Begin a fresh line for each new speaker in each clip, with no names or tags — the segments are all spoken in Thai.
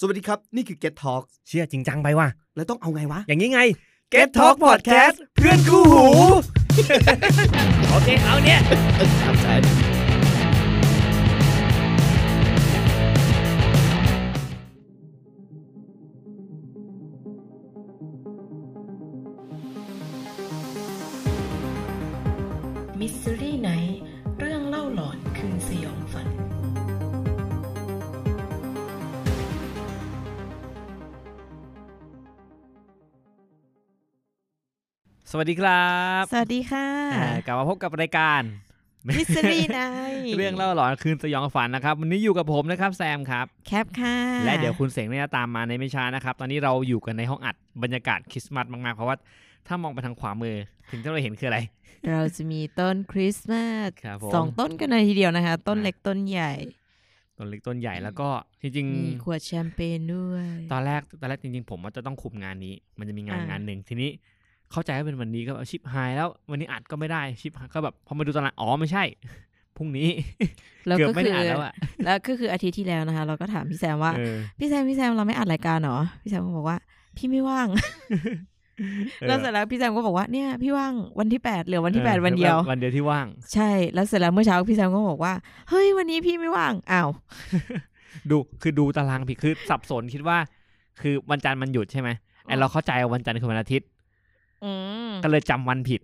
สวัสดีครับ นี่คือ Get Talk
เชื่อจริงจังไปว่ะ
แล้วต้องเอาไงวะ
อย่างนี้ไง
Get Talk Podcast เพื่อนคู่หู
โอเค เอาเนี่ย
มิสซิรี่ไนท์เรื่องเล่าหลอนคืนสยองฝัน
สวัสดีครับ
สวัสดีค่ะ
อ่ากลับมาพบกับรายการ
มิสซิรี่ไน
เรื่องเล่าหลอนคืนสยองฝันนะครับ วันนี้อยู่กับผมนะครับแซมครับ
แคปค่ะ
และเดี๋ยวคุณเสงเนี่ยจะตามมาในไม่ช้านะครับ ตอนนี้เราอยู่กันในห้องอัดบรรยากาศคริสต์มาสมากๆ เพราะว่าถ้ามองไปทางขวามือถึงที่เราเห็นคืออะไร
เราจะมีต้นคริสต์มาส
ครับผม
สองต้นกันเลยทีเดียวนะคะ ต้น
อ่ะ
เล็กต้นใหญ่
ต้นเล็กต้นใหญ่แล้วก็จริง
มี
ๆ
ขวดแชมเปญด้วย
ตอนแรกตอนแรกจริงๆผมว่าจะต้องคุมงานนี้ มันจะมีงาน
อ่าง
งานหนึ่งทีนี้เข้าใจว่าเป็นวันนี้ก็แบบชิปหายแล้ว วันนี้อัดก็ไม่ได้ชิปหายก็แบบพอมาดูตารางอ๋อไม่ใช่ พรุ่งนี้
แล้ว
เกือบ
ก็
ไม่
คื
ได้อั
อ
ดแล้วอ่ะ
แล้วก็คืออาทิตย์ที่แล้วนะคะ เราก็ถามพี่แซมว่า
เออ
พี่แซมพี่แซมเราไม่อัดรายการเหรอพี่แซมก็บอกว่า พี่ไม่ว่าง
เออ
แล้วเสร็จแล้วพี่แซมก็บอกว่าเนี่ยพี่ว่างวันที่แปดเหลือวัน
อ
ที่
อ
แปดวันเดียว
วันเดียวที่ว่าง
ใช่แล้วเสร็จแล้วเมื่อเช้าพี่แซมก็บอกว่าเฮ้ยวันนี้พี่ไม่ว่างอ้าว
ดูคือดูตารางผิดคือสับสนคิดว่า คือวันจันทร์มันหยุดใช่ไหมไอเราเข้าใจว่าวันจันทร์คือวันอาทิตย์
อืม
ก็เลยจำวันผิด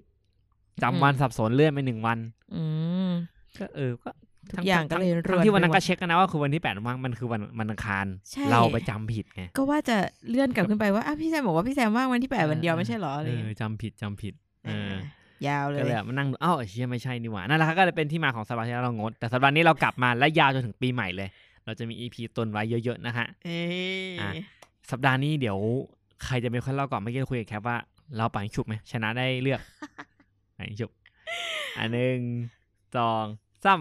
จำวันสับสนเลื่อนไปหนึ่งวัน
อืม
ก็เออก็
ทุกอย่างก็เลย
ทั้
รวน
ทั้ที่วันนั้น
ไปหม
ก็
ด
เช็คกันนะว่าคือวันที่แปดว่างมันคือวันวันอังคาร
ใช่
เราไปจำผิดไง
ก็ว่าจะเลื่อนกลับขึ้นไปว่าอ่ะพี่แซมบอกว่าพี่แซมว่างวันที่แปด
เออ
วันเดียวไม่ใช่เหรออะไร
เอ
อย่าง
อ
เงี้ย
จำผิดจำผิดเออ
อ่ะยาวเล
ก็
ย
เลยแบบมานั่งดูอ้าวไอ้เชียไม่ใช่นี่หว่านั่นแหละครับก็เลยเป็นที่มาของสัปดาห์ที่แล้วเรางด แต่สัปดาห์นี้เรากลับมาและยาวจนถึงปีใหม่เลย เราจะมี EP ตนไว้เยอะๆนะฮะ
เอย
อ่ะ สัปดาห์นี้เดี๋ยวใครจะเป็นคนเล่าก่อนเมื่อกี้เราคุยกับแคปว่าเราปังฉุบไหมชนะได้เลื อก ปังฉุบอันหนึ่งสองสาม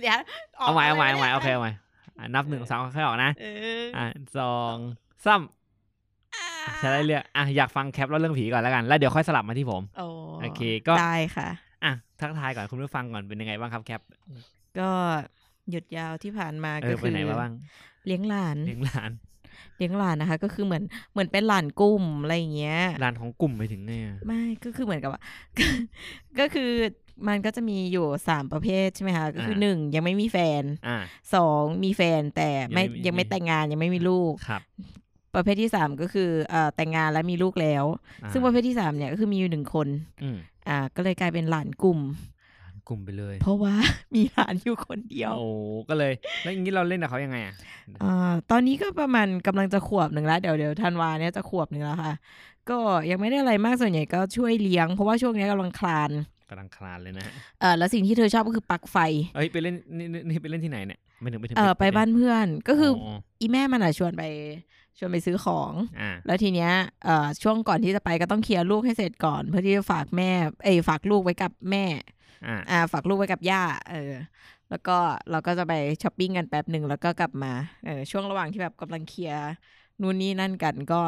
เดี๋ยวก
เอาใหม่เอาใหม่
ล
เอา
ย
ใหม่
นะ
โอเคเอาใหม่อ่ะนับหนึ่งสองค่อยๆออกนะ
เอออ่ะ
อ่ะสองสามชนะได้เลือกอ่ะอยากฟังแคปเล่าเรื่องผีก่อนแล้วกันแล้วเดี๋ยวค่อยสลับมาที่ผม
โอ้
โอเคก็
ได้ค่ะ
อ่ะทักทายก่อนคุณผู้ฟังก่อนเป็นยังไงบ้างครับแคป
ก็หยุดยาวที่ผ่านมา
เอ
ก็
อไป
คือ
ไหนมาบ้าง
เลี้ยงหลาน
เลี้ยงหลาน
เลี้ยงหลานนะคะ ก็คือเหมือนเหมือนเป็นหลานกลุ่มอะไรอย่างเงี้ย
หลานของกลุ่มไปถึงไงอะ
ไม่ก็คือเหมือนกับว่า ก็คือมันก็จะมีอยู่สามประเภทใช่ไหมคะก็คืออา หนึ่งยังไม่มีแฟน
อ่า
สองมีแฟนแต่ไม่
ยั
ยัง ง
ไม่มี
ไม่แต่งงานยังไม่มีลูก
ครับ
ประเภทที่สามก็คือเอ่อแต่งงานและมีลูกแล้ว
อ่า
ซึ่งประเภทที่สามเนี่ยก็คือมีอยู่หนึ่งคน
อืม
อ่าก็เลยกลายเป็นหลานกลุ่ม
กลุ่มไปเลย
เพราะว่า มีหลานอยู่คนเดียว
โอ้ก็เลย แล้วอย่างนี้เราเล่นกับเขายังไงอ่ะ
อาตอนนี้ก็ประมาณกำลังจะขวบหนึ่งแล้วเดี๋ยวเดี๋ยวธันวาเนี่ยจะขวบหนึ่งแล้วค่ะ ก็ยังไม่ได้อะไรมากส่วนใหญ่ก็ช่วยเลี้ยง เพราะว่าช่วงเนี้ยกำลังคลาน
กำลังคลานเลยนะฮะ
เออแล้วสิ่งที่เธอชอบก็คือปลั๊กไฟ
เอ้ยไปเล่นนี่นี่นี่ไปเล่นที่ไหนเนี่ยไม่ถึงไม่ถึง
เออไปบ้านเพื่อนก็คือ
อ
อีแม่มันอะชวนไปชวนไปซื้อของ
อ่า
แล้วทีเนี้ยเอ่อช่วงก่อนที่จะไปก็ต้องเคลียร์ลูกให้เสร็จก่อน เพื่อที่จะฝากแม่เอยฝากลูกไว้กับแม่
อ่า
อ่าฝากลูกไว้กับย่า เออ แล้วก็เราก็จะไปช้อปปิ้งกันแป๊บหนึ่งแล้วก็กลับมา เออ ช่วงระหว่างที่แบบกำลังเคลียร์นู่นนี่นั่นกันก็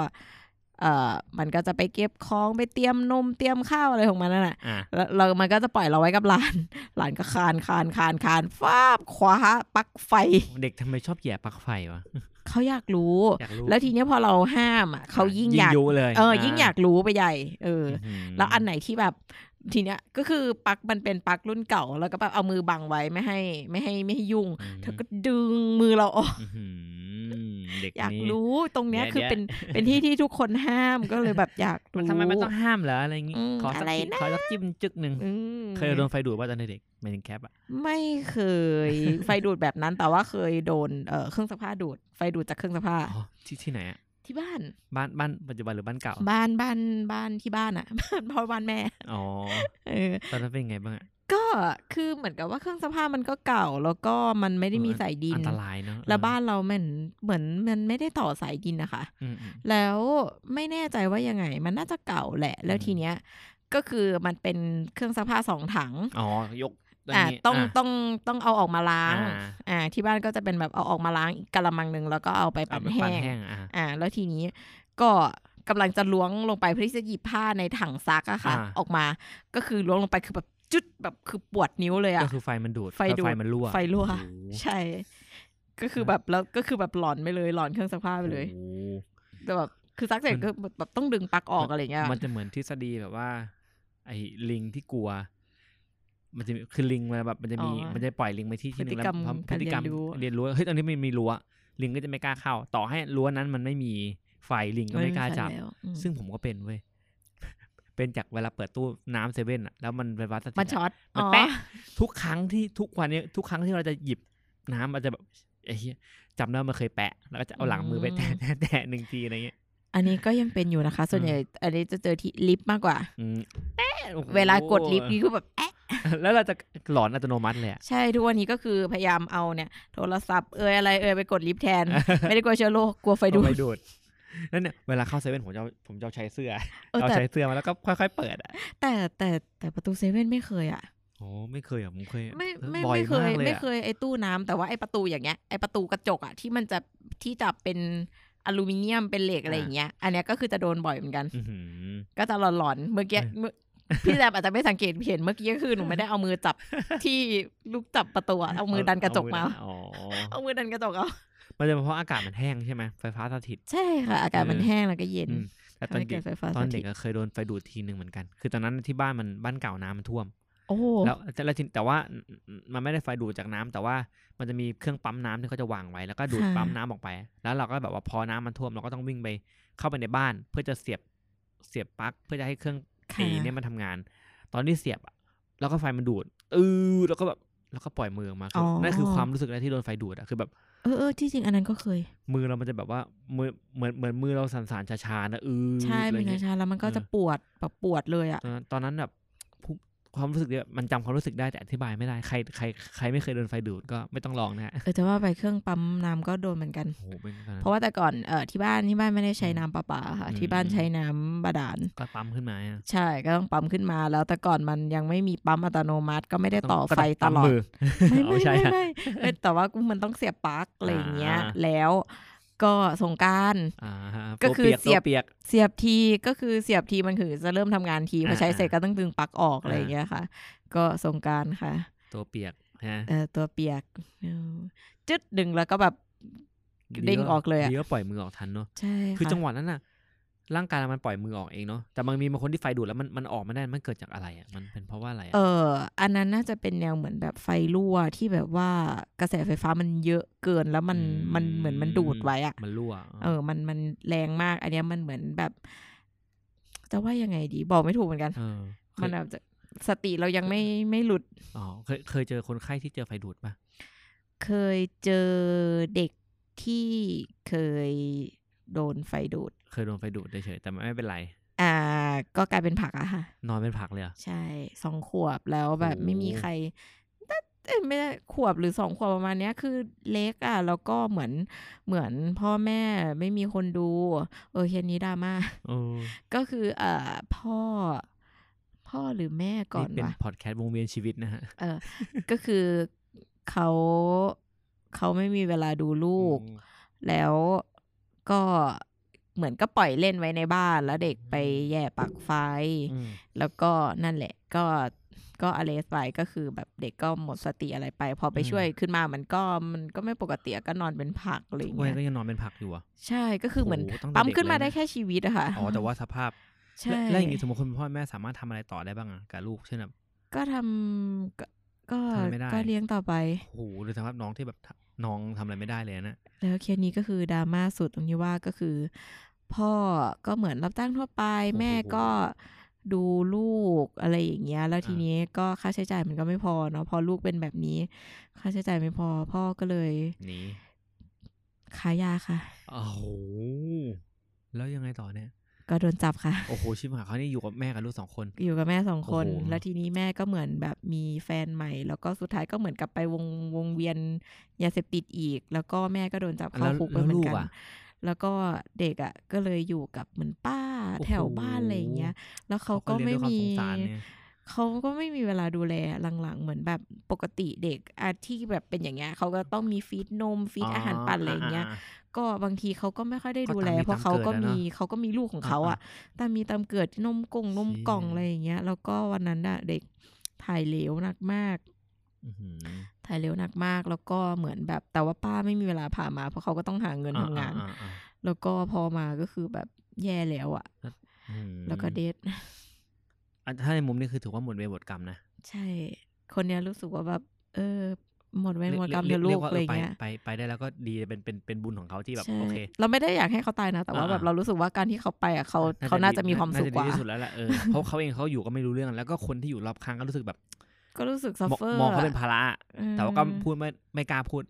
เออมันก็จะไปเก็บของไปเตรียมนมเตรียมข้าวอะไรของมันนั่นแหละ
อ่า
แล้วเรามันก็จะปล่อยเราไว้กับหลาน หลานก็คานคานคานคานฟาบคว้าปลั๊กไฟ
เด็กทำไมชอบแหย่ปลั๊กไฟวะ
เขาอยากรู้
อยากรู้
แล้วทีเนี้ยพอเราห้ามอ่ะเขายิ่งอยาก
ยุเลย
เอออยิ่งอยากรู้ไปใหญ่ เออ
ม
แล้วอันไหนที่แบบทีเนี้ยก็คือปลั๊กมันเป็นปลั๊กรุ่นเก่า แล้วก็แบบเอามือบังไว้ไม่ให้ไม่ให้ไม่ให้ยุ่ง
อืม
เธอก็ดึงมือเราออก
อื้อหือเด็ก
อยาก
นี้
รู้ตรงเนี้ย
เดี๋ยว
คือเป็น
เดี๋ยว
เป็นที่ที่ทุกคนห้ามก็เลยแบบอยากรู้
มันทำไมมันต้องห้ามเหรออะไรอย่างงี้
อืม
ขอสัก
อะไร
ที
นะ
ขอสักจิ้มจึกหนึ่ง
อืม
เคยโดนไฟดูดป่ะตอนเด็กๆไม่ถึงแคปอ่ะ
ไม่เคย ไฟดูดแบบนั้นแต่ว่าเคยโดนเอ่อเครื่องซักผ้าดูด ไฟดูดจากเครื่องซักผ้า
อ๋อที่ที่ไหนอะ
ที่บ้าน
บ้านบ้านปัจจุบันหรือบ้านเก่า
บ้านบ้านบ้านที่บ้านอ่ะ บ้านพ่อบ้านแม่
อ๋อ
เออ
ตอนนั้นเป็นไงบ้างอะ
ก็คือเหมือนกับว่าเครื่องซักผ้ามันก็เก่า แล้วก็มันไม่ได้มี
เ
สายดิน
อันตรายเนาะ
แล้วบ้านเราเหมือนเหมือนมันไม่ได้ต่อสายดินนะคะ
อืมอืม
แล้วไม่แน่ใจว่ายังไง มันน่าจะเก่าแหละ แล้ว
อืม
ทีเนี้ยก็คือมันเป็นเครื่องซักผ้าสองถัง
อ๋อยกน
อ่า
นี้
ต้อง
ะ
ต้องต้องเอาออกมาล้าง
อ่า
อ่าที่บ้านก็จะเป็นแบบเอาออกมาล้างอีกกะละมังหนึ่งแล้วก็เอาไป
เอา
ปั่น
ไป
แห้
ปั่น
ง
แห้งอ่ะ
อ่า แล้วทีนี้ก็กำลังจะล้วงลงไปเพื่อที่จะหยิบผ้าในถังซักอะค่ะ
า
ออกมาก็คือล้วงลงไปคือแบบจุดแบบคือปวดนิ้วเลยอะ
ก็คือไฟมันดูด
ไฟดูด
ไฟมันรั่ว
ไฟรั่ว
โอ้โห
ใช่ ก็คือ แบบแล้วก็คือแบบหลอนไปเลยหลอนเครื่องซักผ้าไปเลย
โอ้โห
แต่แบบคือซักเสร็จ
มัน
ก็แบบต้องดึงปลั๊กออกอะไรเงี้ย
มันจะเหมือนทฤษฎีแบบว่า ไอ้ลิงที่กลัว มันจะมีคือลิงมันแบบมันจะมี
อ๋อ
มันจะปล่อยลิงไปที่ที่หนึง
พฤติ
แล้
กรร
ว
ม
พอพ
การ
ฤติกรรม
เรียนรู้
เรียนรู้ว่าเฮ้ยตอนนี้มันมีรั้วลิงก็จะไม่กล้าเข้า ต่อให้รั้วนั้นมันไม่มีไฟลิงก็ไม่กล้าจับ
แล้วอืม
ซึ่งผมก็เป็นเว้ย เป็นจากเวลาเปิดตู้น้ำเซเว่นอะแล้วมันไฟฟ้าสถิต
มัน
อะ
ช็อต
มั
อ๋
น
อ
แปะ ทุกครั้งที่ทุกวันเนี้ทุกครั้งที่เราจะหยิบน้ำมันจะแบบไอ้เหี้ยจำได้ว่ามันเคยแปะ แล้วก็จะเอาหลังมือไปแตะแตะแตะหนึ่งทีอะไรเงี้ย
อันนี้ก็ยังเป็นอยู่นะคะ ส่วนใหญ่อันนี้จะเจอที่ลิฟต์มากกว่า
อืมแปะโอ้โห
เวลากดลิฟต์นี่ก็แบบแอะ
แล้วเราจะหลอนอัตโนมัติเลยอะ
ใช่ทุกวันนี้ก็คือพยายามเอาเนี่ย โทรศัพท์เอ่ยอะไรเอ่ยไปกดลิฟต์แทน ไม่ได้กลัวเชื้อโรคกลัวไฟดูด
เอาดูดนั่นเนี่ยเวลาเข้าเซเว่นผมจะเอาผมจะเอาใช้เสื้อ
เออ
เอา
แต่
ใช้เสื้อมาแล้วก็ค่อยๆเปิดอ่ะ
แต่แต่แต่ประตูเซเว่นไม่เคยอ่ะ
โอ้ไม่เคยอ่ะผมเคย
ไม่
ออ
ไม่
บ่อ
ไม่เคย
ากล
ไม่
อะ
เคยไอ้ตู้น้ำแต่ว่าไอ้ประตูอย่างเงี้ยไอ้ประตูกระจกอะที่มันจะที่จะเป็นอลูมิเนียมเป็นเหล็กอะไรอย่างเงี้ย อันเนี้ยก็คือจะโดนบ่อยเหมือนกัน
อื้อหือ
ก็จะหลอนๆเมื่อกี้
เออ
เมื่อพี่แซมอาจจะไม่สังเกตเห็นเมื่อกี้ก็คือหนูไม่ได้เอามือจับ ที่ลูกจับประตู อะเอามือดันกระจกมา
เออ๋อ
เอามือดันกระจกเอา
มันจะเป็นเพราะอากาศมันแห้งใช่ไหมไฟฟ้าสถิต
ใช่ค่ะ อากาศมัน
เออ
แห้งแล้วก็เย็น
อืมแต่ตอน
ทำให้
เด็
เกิ
ก
ดไฟฟ้า
ตอน
ส
เด็
ถิ
ก
ต
ก็เคยโดนไฟดูดทีหนึ่งเหมือนกัน คือตอนนั้นที่บ้านมันบ้านเก่าน้ำมันท่วม
โอ้โห
แล้วแต่แล้วทีแต่ว่ามันไม่ได้ไฟดูดจากน้ำแต่ว่ามันจะมีเครื่องปั๊มน้ำที่เขาจะวางไว้แล้วก็ดูดปั๊มน้ำออกไป แล้วเราก็แบบว่าพอน้ำมันท่วมเราก็ต้องวิ่งไปเข้าไปในบ้าน เพื่อจะเสียบเสียบปลั๊กเพื่อจะให้เครื่องตีเนี่ยมันทำงาน ตอนที่เสียบอะแล้วก็ไฟมันดูดอือแล้วก็แบบแล้วก็ปล่อยมือออกมาคืออนั่นคือความรู้สึกแรกที่โดนไฟดูดอะคือแบบ
เออเออที่จริงอันนั้นก็เคย
มือเรามันจะแบบว่ามือเหมือนเหมือนมือเราสั่นๆชาๆนะอือ
ใช่
อะไร
มี
เงี้ย
นาชาแล้วมันก็
เออ
จะปวดแบบปวดเลยอะ
ตอนนั้นตอนนั้นแบบผู้ความรู้สึกเนี่ยมันจำความรู้สึกได้แต่อธิบายไม่ได้ใครใครใครไม่เคยโดนไฟดูดก็ไม่ต้องลองนะฮะ
เออจะว่าไปเครื่องปั๊มน้ำก็โดนเหมือนกัน
โอ้โหเป็นขนาด
เพ
นั้น
ราะว่าแต่ก่อนเออที่บ้านที่บ้านไม่ได้ใช้น้ำประปาค่ะ
อืม
ที่บ้านใช้น้ำบาดาล
ก็ปั๊มขึ้นมาอะ
ใช่ก็ต้องปั๊มขึ้นมาแล้วแต่ก่อนมันยังไม่มีปั๊มอัตโนมัติ ก็ไม่ได้ต่อไฟตลอด
งมื
ไม่
เอา
ไม่
ใช่
ไม่
ฮะ
ไม่ไม่แต่ว่ากูมันต้องเสียบปลั๊กอะไรอย่างเงี้ย
อ่า
แล้วก็สงกราร
อ่าฮะ
ก็คือ
ตัวปี
เสียบ
ตัวเปียก
เสียบทีก็คือเสียบทีมันคือจะเริ่มทำงานทีพอใช้
อ่า
เสร็จก็ต้องดึงปลั๊กออกอะไรอย่าง
อ่า
เงี้ยค่ะ ก็สงกรารค่ะ
ตัวเปียกฮะ
เออตัวเปียกจึ๊ดดึงแล้วก็แบบ เด้งออกเลยอะ
ดีว่าปล่อยมือออกทันเนาะ
ใช่
คือ
ค่ะ
จังหวะนั้นน่ะ ร่างกายเรามันปล่อยมือออกเองเนาะแต่มันมีบางคนที่ไฟดูดแล้วมันมันออกไม่ได้มันเกิดจากอะไรอ่ะมันเป็นเพราะว่าอะไรอะ
เออ อันนั้นน่าจะเป็นแนวเหมือนแบบไฟรั่วที่แบบว่ากระแสไฟฟ้ามันเยอะเกินแล้วมันมันเหมือนมันดูดไว้อะ
มันรั่ว
เออ มันมันแรงมาก อันเนี้ยมันเหมือนแบบ จะว่ายังไงดี บอกไม่ถูกเหมือนกัน
เออเคย
มันแบบจะสติเรายังไม่ไม่หลุด
อ๋อเคยเคยเจอคนไข้ที่เจอไฟดูดปะ
เคยเจอเด็กที่เคยโดนไฟดูด
เคยโดนไฟดูดเฉยๆแต่ไม่เป็นไร
อ่า ก็กลายเป็นผักอะค่ะ
นอนเป็นผักเลยเหรอ
ใช่สองขวบแล้วแบบ
โอ้โห
ไม่มีใครน่าเอ้ยไม่ได้ขวบหรือสองขวบประมาณเนี้ยคือเล็กอ่ะ แล้วก็เหมือนเหมือนพ่อแม่ไม่มีคนดู เออเฮียนี้ดรา ม่า
เออ
ก็คือเอ่อพ่อ พ่อหรือแม่ก่อน
นี่เป็น
วะ
พอดแคสต์วงเวียนชีวิตนะฮะ
เออ ก็คือเขาเขาไม่มีเวลาดูลูก แล้วก็เหมือนก็ปล่อยเล่นไว้ในบ้านแล้วเด็กไปแย่ปลักไฟ
อืม
แล้วก็นั่นแหละก็ก็อะไรไปก็คือแบบเด็กก็หมดสติอะไรไป พอไปช่วยขึ้นมามันก็มันก็ไม่ปกติอะก็นอนเป็นผักอะไรอ
ทุ
ย่าก ง
วั
เงี้
ย
ย
ก็ยังนอนเป็นผักอยู่อ่ะ
ใช่ก็คือเหมือน
โอ้โหตั้งแต่
ปั๊ม
เด็ก
ขึ้นมา
เลยนะ
ได้แค่ชีวิตอะค่ะ
อ๋อ แต่ว่าสภาพ
ใช่
แล้วอย่างงี้สมมติคนเป็นพ่อแม่สามารถทำอะไรต่อได้บ้างอ่ะกับลูกเช่นแบบ
ก็ทำก็ก็
ทำไม่ได้
ก็เลี้ยงต่อไป
โอ้โหหรือสภาพน้องที่แบบทำน้องทำอะไรไม่ได้เลยนะ
แล้วเคสนี้ก็คือดราม่าสุดตรงที่ว่าก็คือ พ่อก็เหมือนรับจ้างทั่วไป แม่ก็ดูลูกอะไรอย่างเงี้ย แล้วทีนี้ก็ค่าใช้จ่ายมันก็ไม่พอเนาะพอลูกเป็นแบบนี้ ค่าใช้จ่ายไม่พอพ่อก็เลย
หนี่
ขายยาค่ะ
โอ้โหแล้วยังไงต่อเนี่ย
ก็โดนจับค่ะ
โอ้โหชิมหายเขานี่อยู่กับแม่กับลูกสองคน
อยู่กับแม่สองคน
โอ้โห
แล้วทีนี้แม่ก็เหมือนแบบมีแฟนใหม่ แล้วก็สุดท้ายก็เหมือนกลับไปวงวงเวียนยาเสพติดอีก แล้วก็แม่ก็โดนจับเข้า
แล้ว
คุกไป
แล้ว
เหมือ
ลูก
นกัน
อ่ะ
แล้วก็เด็กอ่ะก็เลยอยู่กับเหมือนป้า
โอ้โห
แถวบ้านอะไรอย่างเงี้ย แล้วเขาก็
ลี้
ไม่
ยงด้วยค
มี
วาสงสารเนี่ย
เขาก็ไม่มีเวลาดูแลหลังๆ เหมือนแบบปกติเด็กอาที่แบบเป็นอย่างเงี้ยเขาก็ต้องมีฟีดนมฟีดอาหารปั่นอะไรอย่างเงี้ย ก็บางทีเขาก็ไม่ค่อยได้ดูแล
ก็ตามมี
เพราะเขาก็
ตามเกิดอะเน
มี
อะ
เขาก็มีลูกของเขาอ่ะตามมีตามเกิดนมกงนมกล่อง
เชี่ย
อะไรอย่างเงี้ย แล้วก็วันนั้นน่ะเด็กถ่ายเหลวหนักมาก
อื้อหือ
ถ่ายเร็วหนักมาก แล้วก็เหมือนแบบแต่ว่าป้าไม่มีเวลาพามา เพราะเขาก็ต้องหาเงินทำงาน
อ่อ่อ่อ่
แล้วก็พอมาก็คือแบบแย่แล้วอะ
อืม
แล้วก็เดท
อ่ะถ้าในมุมนี้คือถือว่าหมดเวรหมดกรรมนะ
ใช่ คนเนี้ยรู้สึกว่าแบบเออ หมดเวรหมดกรรมเถ
เรีย
อะ
ก
ลู
เรีย
ก
กว่า
อะไร
เออไป
เงี้ย
ไปไปได้แล้วก็ดีเป็นเป็นเป็นบุญของเขาที่แบบ
ใช่
โอเค
เราไม่ได้อยากให้เขาตายนะ แต่ว่า
อ่า
แบบ
อ่า
เรารู้สึกว่าการที่เขาไปอ่ะเขาเขาน่าจะมีความสุขกว่า
น่จะดีที่สุดแล้วล่ะเออ เพราะเขาเองเขาอยู่ก็ไม่รู้เรื่อง แล้วก็คนที่อยู่รอบข้างก็รู้สึกแบบ
ก็รู้สึกซัฟ
มอง
เฟอร์
มองเขาเป็นภาระ แต่ว่าก็
อืม
พูดไม่ไม่กล้าพูด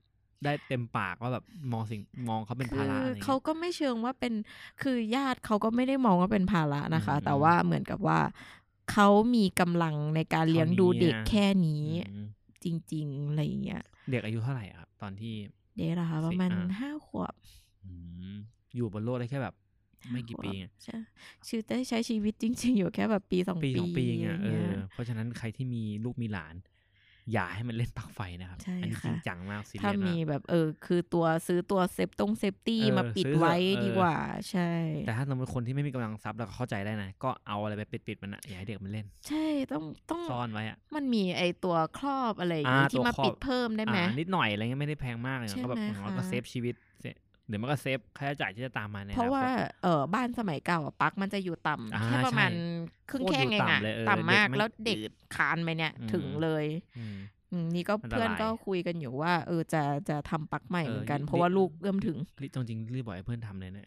ได้เต็มปากว่าแบบมองสิ่งมองเขาเป็นภาระอะ
คือ
ไรอย่าง
เขา
เงี้ย
ก็ไม่เชิงว่าเป็นคือญาติเขาก็ไม่ได้มองว่าเป็นภาระนะคะ
อืม
แต่ว่าเหมือนกับว่า เขามีกำลังในการเลี้ยงดูเด็ก
เท่านี้อะ
แค่นี้
อืม
จริงๆอะไรอย่างเงี้ย
เด็กอายุเท่าไหร่อะครับตอนที่
เด็กเหรอคะ
สิ
ประมาณ
อ่า
ห้าขวบ
อืมอยู่บนโลกได้แค่แบบ ไม่กี่ปีไง
ใช่ชื่อได้ใช้ชีวิตจริง ๆ อยู่แค่แบบปีสอง
ปี
ปี
สองปีไง
ะ
เอ
ไรเงี้
อย เพราะฉะนั้นใครที่มีลูกมีหลาน อย่าให้มันเล่นปลักไฟนะครับ
ใช่
อันี้จ
ค่ะ
ริงจังมากสิ
ถ้ามีแบบเออ คือตัวซื้อตัวเซฟตรงเซฟตี้
เออ
มาปิด
ซื้อเถอะ
ไว้
เออ
ดีกว่า ใช่
แต่ถ้าสมมติคนที่ไม่มีกำลังทรัพย์เราก็เข้าใจได้นะ ก็เอาอะไรไปปิดปิดๆมันอะอย่าให้เด็กมันเล่น
ใช่ต้องต้อง
ซ่อนไว้อะ
มันมีไอตัวครอบอะไรอย่างงี้
อ่า
ที่
ตัว
มา
ครอบ
ปิดเพิ่มได้ไหม
อ่านิดหน่อยอะไรเงี้ยไม่ได้แพงมากเลยนะ
ใช่
ก็แบบ
ไห
อ
ม
ย่างน้อย
คะ
ก็เซฟชีวิตเซฟหรือมันก็เซฟค่าใช้จ่ายที่จะตามมาในอ
เพราะ
นคต
ว่าเออบ้านสมัยเก่าอะปลั๊กมันจะอยู่ต่ำ
อ่า
แค่ประมาณ
ใช่
ครึ่งแข้งเอง
โคตรอยู่
อะ
ต่ำเลยเออ
ต่ำมาก
เด็กไม่
แล้วเด็กคานไปเนี่ย
อืม
ถึงเลย
อืม
อืมนี่ก็
อันตราย
เพื่อนก็คุยกันอยู่ว่า เออจะจะทำปลั๊กใหม่
เออ
เหมือนกัน
รีบ
เพราะว่าลูกเอื้อมถึง
รีบจริงๆรีบบอกให้เพื่อนทำเลยนะ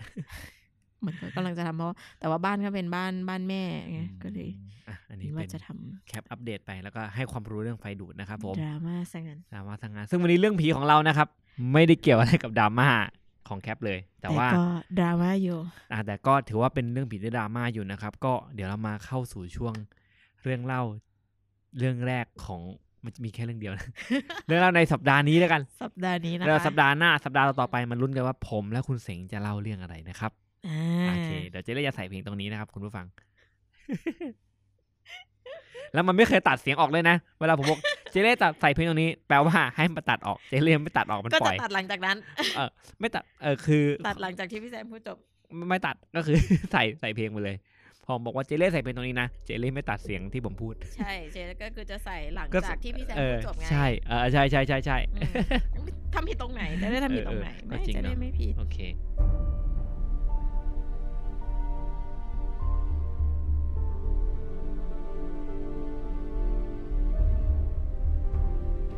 เหมือนก็กำลังจะทำเพราะแต่ว่าบ้านก็เป็นบ้านบ้านแม่ไงก็เลย
อืมอ่ะอันนี้
นี่
เป็
ว่าน จะทำ
แคปอัปเดตไปแล้วก็ให้ความรู้เรื่องไฟดูดนะครับผม
ดราม่าซะงั้น
ดราม่าทางงาน ซึ่งวันนี้เรื่องผีของเรานะครับ ไม่ได้เกี่ยวอะไรกับดราม่าของแคปเลย แต่ว่า
ก็ดราม่าอยู่
อ่ะแต่ก็ถือว่าเป็นเรื่องผีที่ดราม่าอยู่นะครับ ก็เดี๋ยวเรามาเข้าสู่ช่วงเรื่องเล่าเรื่องแรกของมันจะมีแค่เรื่องเดียวนะ เรื่องเล่าในสัปดาห์นี้แล้วกัน
สัปดาห์นี้นะ
เดี๋ยว
คะ
สัปดาห์หน้าสัปดาห์ต่อๆไปมาลุ้นกันว่าผมและคุณเสงจะเล่าเรื่องอะไรนะครับ
อ่า
โอเคเดี๋ยวเจะได้จะใส่เพลงตรงนี้นะครับ คุณผู้ฟัง แล้วมันไม่เคยตัดเสียงออกเลยนะ เวลาผมบอก เจเล่ตัดใส่เพลงตรงนี้แปลว่าให้มันตัดออกเจเล่ไม่ตัดออกมัน
ก็
ปล่อ
จะ
ย
ตัดหลังจากนั้น
เออไม่ตัดเออคือ
ตัดหลังจากที่พี่แซมพูดจบ
ไม่ตัด ก็คือ ใส่ใส่เพลงไปเลย พอผมบอกว่าเจเล่ใส่เพลงตรงนี้นะเจเล่ไม่ตัดเสียงที่ผมพูด
ใช่เจก็คือจะใส่หลัง
ก็
จากที่พี่แซม
เอ
พู
อ
ดจบไง
ใช่เออใช่ใช่ใช่ใช่
อืมทำผิดตรงไหน จะได้ทำผิดตรงไหน
เออเออ
ไม่
ก็จริง
จะ
เนอะ
ได้ไม่ผิด
โอเค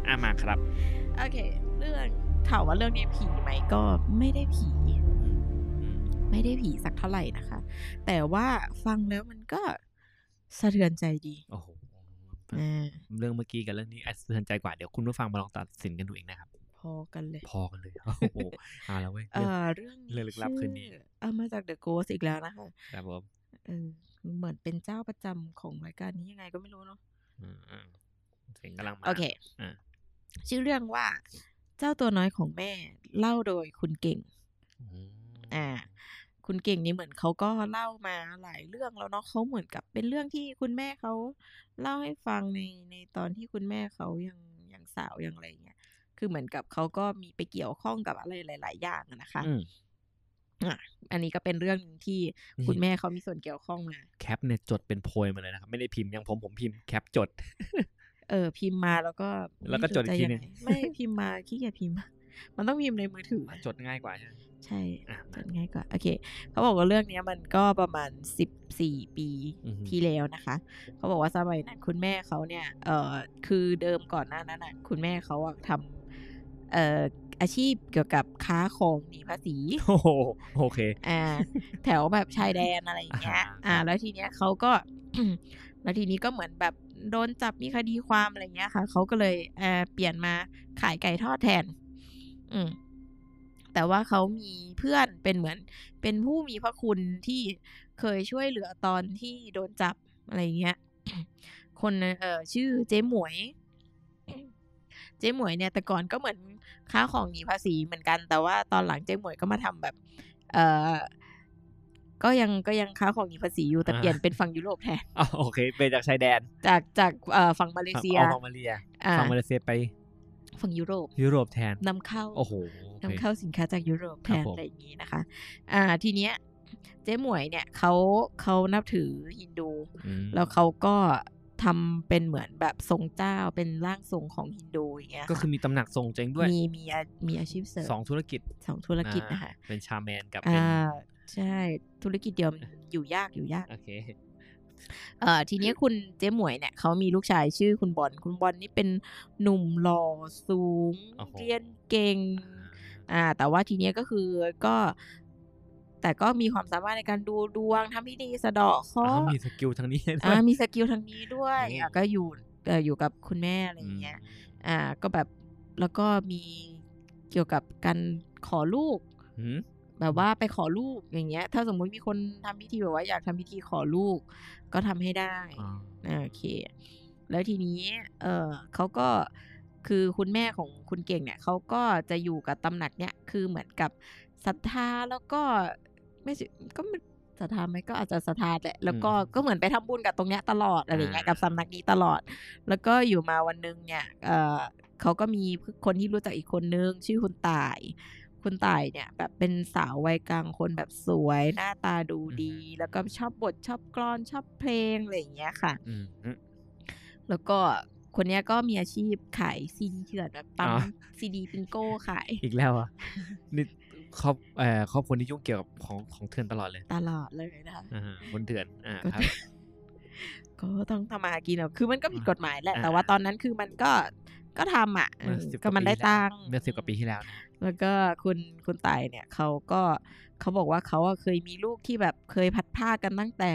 อ่ะมาครับ
โอเค เรื่องถามว่าเรื่องนี้ผีไหมก็ไม่ได้ผี ไม่ได้ผีสักเท่าไหร่นะคะ แต่ว่าฟังแล้วมันก็สะเทือนใจดี
โอ้โห
อ่า
เรื่องเมื่อกี้กับเรื่องนี้อาจจะสะเทือนใจกว่า เดี๋ยวคุณผู้ฟังมาลองตัดสินกันดูเองนะครับ
พอกันเลย
พอกันเลย โอ้โหเอาแล้วเว้ย
เอ
เรื่อง
อเรื่อง
เรื่องลึกลับคืนนี้
ชื่อเอามาจากเดอะโกสอีกแล้วนะคะ
ครับผม
เออเหมือนเป็นเจ้าประจำของรายการนี้ยังไงก็ไม่รู้เนาะ
อืมอืมเสียงกำลังมา
โอเค
อ่า
ชื่อเรื่องว่า เจ้าตัวน้อยของแม่ เล่าโดยคุณเก่ง
อืม
อ่า คุณเก่งนี่เหมือนเขาก็เล่ามาหลายเรื่องแล้วเนาะเขาเหมือนกับเป็นเรื่องที่คุณแม่เขาเล่าให้ฟังในในตอนที่คุณแม่เขายังยังสาวยังอะไรอย่างเงี้ย คือเหมือนกับเขาก็มีไปเกี่ยวข้องกับอะไรหลาย ๆ อย่างอะนะคะ
อืม
อ่ะอันนี้ก็เป็นเรื่องหนึ่งที่
นี่
คุณแม่เขามีส่วนเกี่ยวข้องมา
แคปเนี่ยจดเป็นโพยมาเลยนะครับ ไม่ได้พิมพ์อย่างผมผมพิมพ์แคปจด
เออพิมพ์มาแล้วก็
แล้วก็จดอีกทีหนึ่ง
ไม่รู้จะยังไไม่พิมพ์มาขี้เกียจพิมพ์ มันต้องพิมพ์ในมือถือ
จดง่ายกว่าใช่ไหม
ใช่
อ่ะ มา
จดง่ายกว่าโอเค เขาบอกว่าเรื่องเนี้ยมันก็ประมาณสิบสี่ปี
อือฮึ
ที่แล้วนะคะ เขาบอกว่าสมัยนั้นคุณแม่เขาเนี่ยเออคือเดิมก่อนหน้านั้นน่ะคุณแม่เขาอะทำเอ่ออาชีพเกี่ยวกับค้าของหนีภาษี
โอ้โหโอเค
อ่า แถวแบบชายแดนอะไรอย่างเงี้ย
อ่า
อ่า แล้วทีเนี้ยเขาก็ แล้วทีนี้ก็เหมือนแบบโดนจับมีคดีความอะไรเงี้ยค่ะ เขาก็เลยเอ่อเปลี่ยนมาขายไก่ทอดแทน อืม แต่ว่าเขามีเพื่อนเป็นเหมือน เป็นผู้มีพระคุณที่เคยช่วยเหลือตอนที่โดนจับอะไรเงี้ย คนน่ะเอ่อชื่อเจ๊หมวย เจ๊หมวยเนี่ยแต่ก่อนก็เหมือนค้าของหนีภาษีเหมือนกัน แต่ว่าตอนหลังเจ๊หมวยก็มาทำแบบ เอ่อ ก็ยังก็ยังค้าของหนีภาษีอยู่แต่
อ่า
เปลี่ยนเป็นฝั่งยุโรปแทน
อ่ะโอเคไปจากชายแดน
จากจากเอ่อฝั่งมาเลเซีย
เอาของมาเลีย
อ่า
ฝั่งมาเลเซียไป
ฝั่งยุโรป
ยุโรปแทน
นำเข้า
โอ้โห
นำเข้าสินค้าจากยุโรป
ค
แท
รับ
น
ผม
อะไรอย่างนี้นะคะ อ่า ทีเนี้ยเจ๊หมวยเนี่ยเขาเขานับถือฮินดู
อืม
แล้วเขาก็ ทำเป็นเหมือนแบบทรงเจ้าเป็นร่างทรงของฮินดูอย่างเงี้ย
ก็คือมีตำหนักส่งเจงด้วย
มีมีอามีอาชีพเสริม
สองธุรกิจ
สองธุรกิจนะคะ
อ่าเป็นชาแมนกับเป็น
อ่าใช่ธุรกิจเดียวมันอยู่ยากอยู่ยาก
โอเค
เอ่อทีเนี้ยคุณเจ๊หมวยเนี่ยเขามีลูกชายชื่อคุณบอลคุณบอลนี่เป็นหนุ่มหล่อสูง
โอ้โห
เรียนเก่ง
อ่า
อ่า แต่ว่าทีเนี้ยก็คือก็ แต่ก็มีความสามารถในการดูดวงทำพิธีสะเดาะเคราะ
อ้าว
ห์
มีสกิลทางนี้ด้ว
อ่าย มีสกิลทางนี้ด้วย
อืม
อ่ะก็อยู่เอ่ออยู่กับคุณแม่อะไรอย่างเงี้ย อ่า ก็แบบแล้วก็มีเกี่ยวกับการขอลูก
อืม
แบบว่าไปขอลูกอย่างเงี้ย ถ้าสมมุติมีคนทำพิธีแบบว่าอยากทำพิธีขอลูก ก็ทำให้ได้
อ่า
อ่าโอเค แล้วทีนี้ เออเขาก็คือคุณแม่ของคุณเก่งเนี่ยเขาก็จะอยู่กับตำหนักเนี่ยคือเหมือนกับศรัทธาแล้วก็ไม่ใช่ก็ไม่ศรัทธาไหมก็อาจจะศรัทธาแหละแล้วก็
อืม
ก็เหมือนไปทำบุญกับตรงเนี้ยตลอดอะไรเงี้ย
อ่า
กับสำนักนี้ตลอด แล้วก็อยู่มาวันหนึงเนี่ย เออเขาก็มีคนที่รู้จักอีกคนนึงชื่อคุณต่าย คุณต่ายเนี่ย แบบเป็นสาววัยกลางคนแบบสวยหน้าตาดูดี แล้วก็ชอบบทชอบกลอนชอบเพลงอะไรอย่างเงี้ยค่ะ
อืมอืม
แล้วก็คนเนี้ยก็มีอาชีพขายซีดีเถื่อนแบบปั๊ม
อ๋อ
ซีดีปิงโก้ขาย
อีกแล้วอ่ะนี่ครอบเอ่อครอบครัวนี้ยุ่งเกี่ยวกับของของเถื่อนตลอดเลย
ตลอดเลยนะคะ
อ่าบนเถื่อนอ่า
ก็
ครับ
ก็ต้องทำมาหากินเอาคือมันก็ผิดกฎหมายแหละ
อ่า
แต่ว่าตอนนั้นคือมันก็ก็ทำอ่ะเออ
สิบ
ก็
ว่า
มัน
ปี
ได้
ที่แล้ว
ตังค์
เมื่อสิบกว่าปีที่แล้วนะ
แล้วก็คุณคุณตายเนี่ยเขาก็เขาบอกว่าเขาอะเคยมีลูกที่แบบเคยพัดผ้ากันตั้งแต่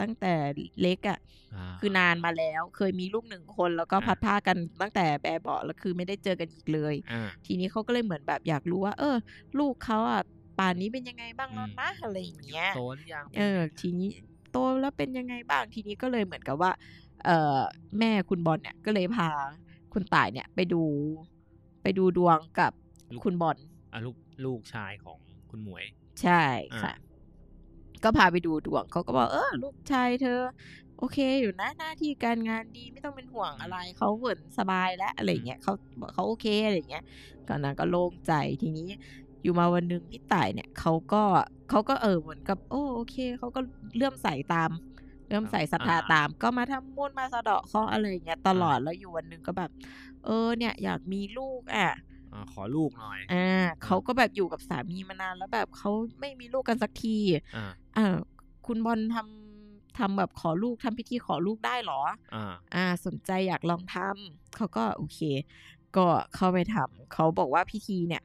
ตั้งแต่เล็กอะ่ะ
อ่า
คือนานมาแล้ว เคยมีลูกหนึ่งคนแล้วก็
อ่า
พัดผ้ากันตั้งแต่แบบเบาะแล้วคือไม่ได้เจอกันอีกเลย
อ่า
ทีนี้เขาก็เลยเหมือนแบบอยากรู้ว่า เออ ลูกเขาอ่ะป่านนี้เป็นยังไงบ้าง
อืม
แล้วนะอะไรอย่างเงี้ย
โตหรือยัง
เออทีนี้โตแล้วเป็นยังไงบ้างทีนี้ก็เลยเหมือนกับว่า เอ่อแม่คุณบอลเนี่ยก็เลยพาคุณต่ายเนี่ยไปดูไปดูดวงกับคุณบอล
อ่ะลูกลูกชายของคุณหมวย
ใช่ค่ะ
อ่า
ก็พาไปดูดวงเขาก็บอกเออลูกชายเธอ โอเคอยู่นะหน้าที่การงานดีไม่ต้องเป็นห่วงอะไรเขาเหมือนสบายแล้วอะไรอย่างเงี้ยเขาเขาโอเคอะไรอย่างเงี้ยก่อนหนั้านก็โล่งใจทีนี้ อยู่มาวันหนึ่งพี่ต่ายเนี่ยเขาก็เขาก็เออเหมือนกับ โอ้โอเคเขาก็เลื่อมใสตาม เลื่อมใสศรัทธา
อ่า
ตาม ก็มาทำมุ่นมาสะเดาะเคราะห์อะไรอย่างเงี้ยตลอดแล้วอยู่วันหนึ่งก็แบบ เออเนี่ยอยากมีลูกอ่ะ
อ่าขอลูกหน่อย
อ่าเขาก็แบบอยู่กับสามีมานานแล้วแบบเขาไม่มีลูกกันสักที
อ่า
อ่าคุณบอลทำทำแบบขอลูกทำพิธีขอลูกได้เหรอ
อ่า
อ่า สนใจอยากลองทำเขาก็โอเค ก็เข้าไปทำเขาบอกว่าพิธีเนี่ย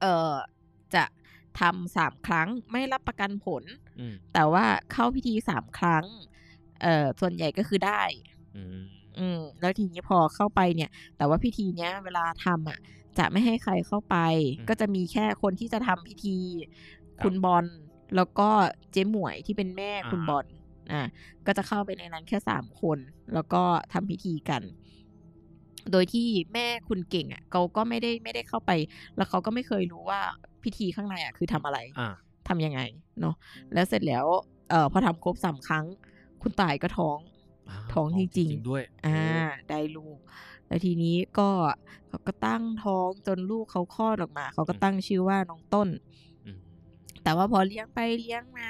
เอ่อจะทำสามครั้งไม่รับประกันผล
อืม
แต่ว่าเข้าพิธีสามครั้ง เอ่อส่วนใหญ่ก็คือได้
อืม
อืมแล้วทีนี้พอเข้าไปเนี่ย แต่ว่าพิธีเนี้ย เวลาทำอ่ะ จะไม่ให้ใครเข้าไป ก็จะมีแค่คนที่จะทำพิธี คุณบอลแล้วก็เจ๊หมวยที่เป็นแม่คุณบอลอ่ะก็จะเข้าไปในนั้นแค่สามคน แล้วก็ทำพิธีกัน โดยที่แม่คุณเก่งอ่ะเขาก็ไม่ได้ไม่ได้เข้าไป แล้วเขาก็ไม่เคยรู้ว่าพิธีข้างในอ่ะคือทำอะไร
อ่า
ทำยังไงเนาะแล้วเสร็จแล้วเอ่อพอทำครบสามครั้ง คุณตายก็ท้อง
า
ท้องจริงๆ
ด้วย
อ่าได้ลูก แล้วทีนี้ก็เขาก็ตั้งท้องจนลูกเขาคลอดออกมา เขาก็ตั้งชื่อว่าน้องต้น
อืม
แต่ว่าพอเลี้ยงไปเลี้ยงมา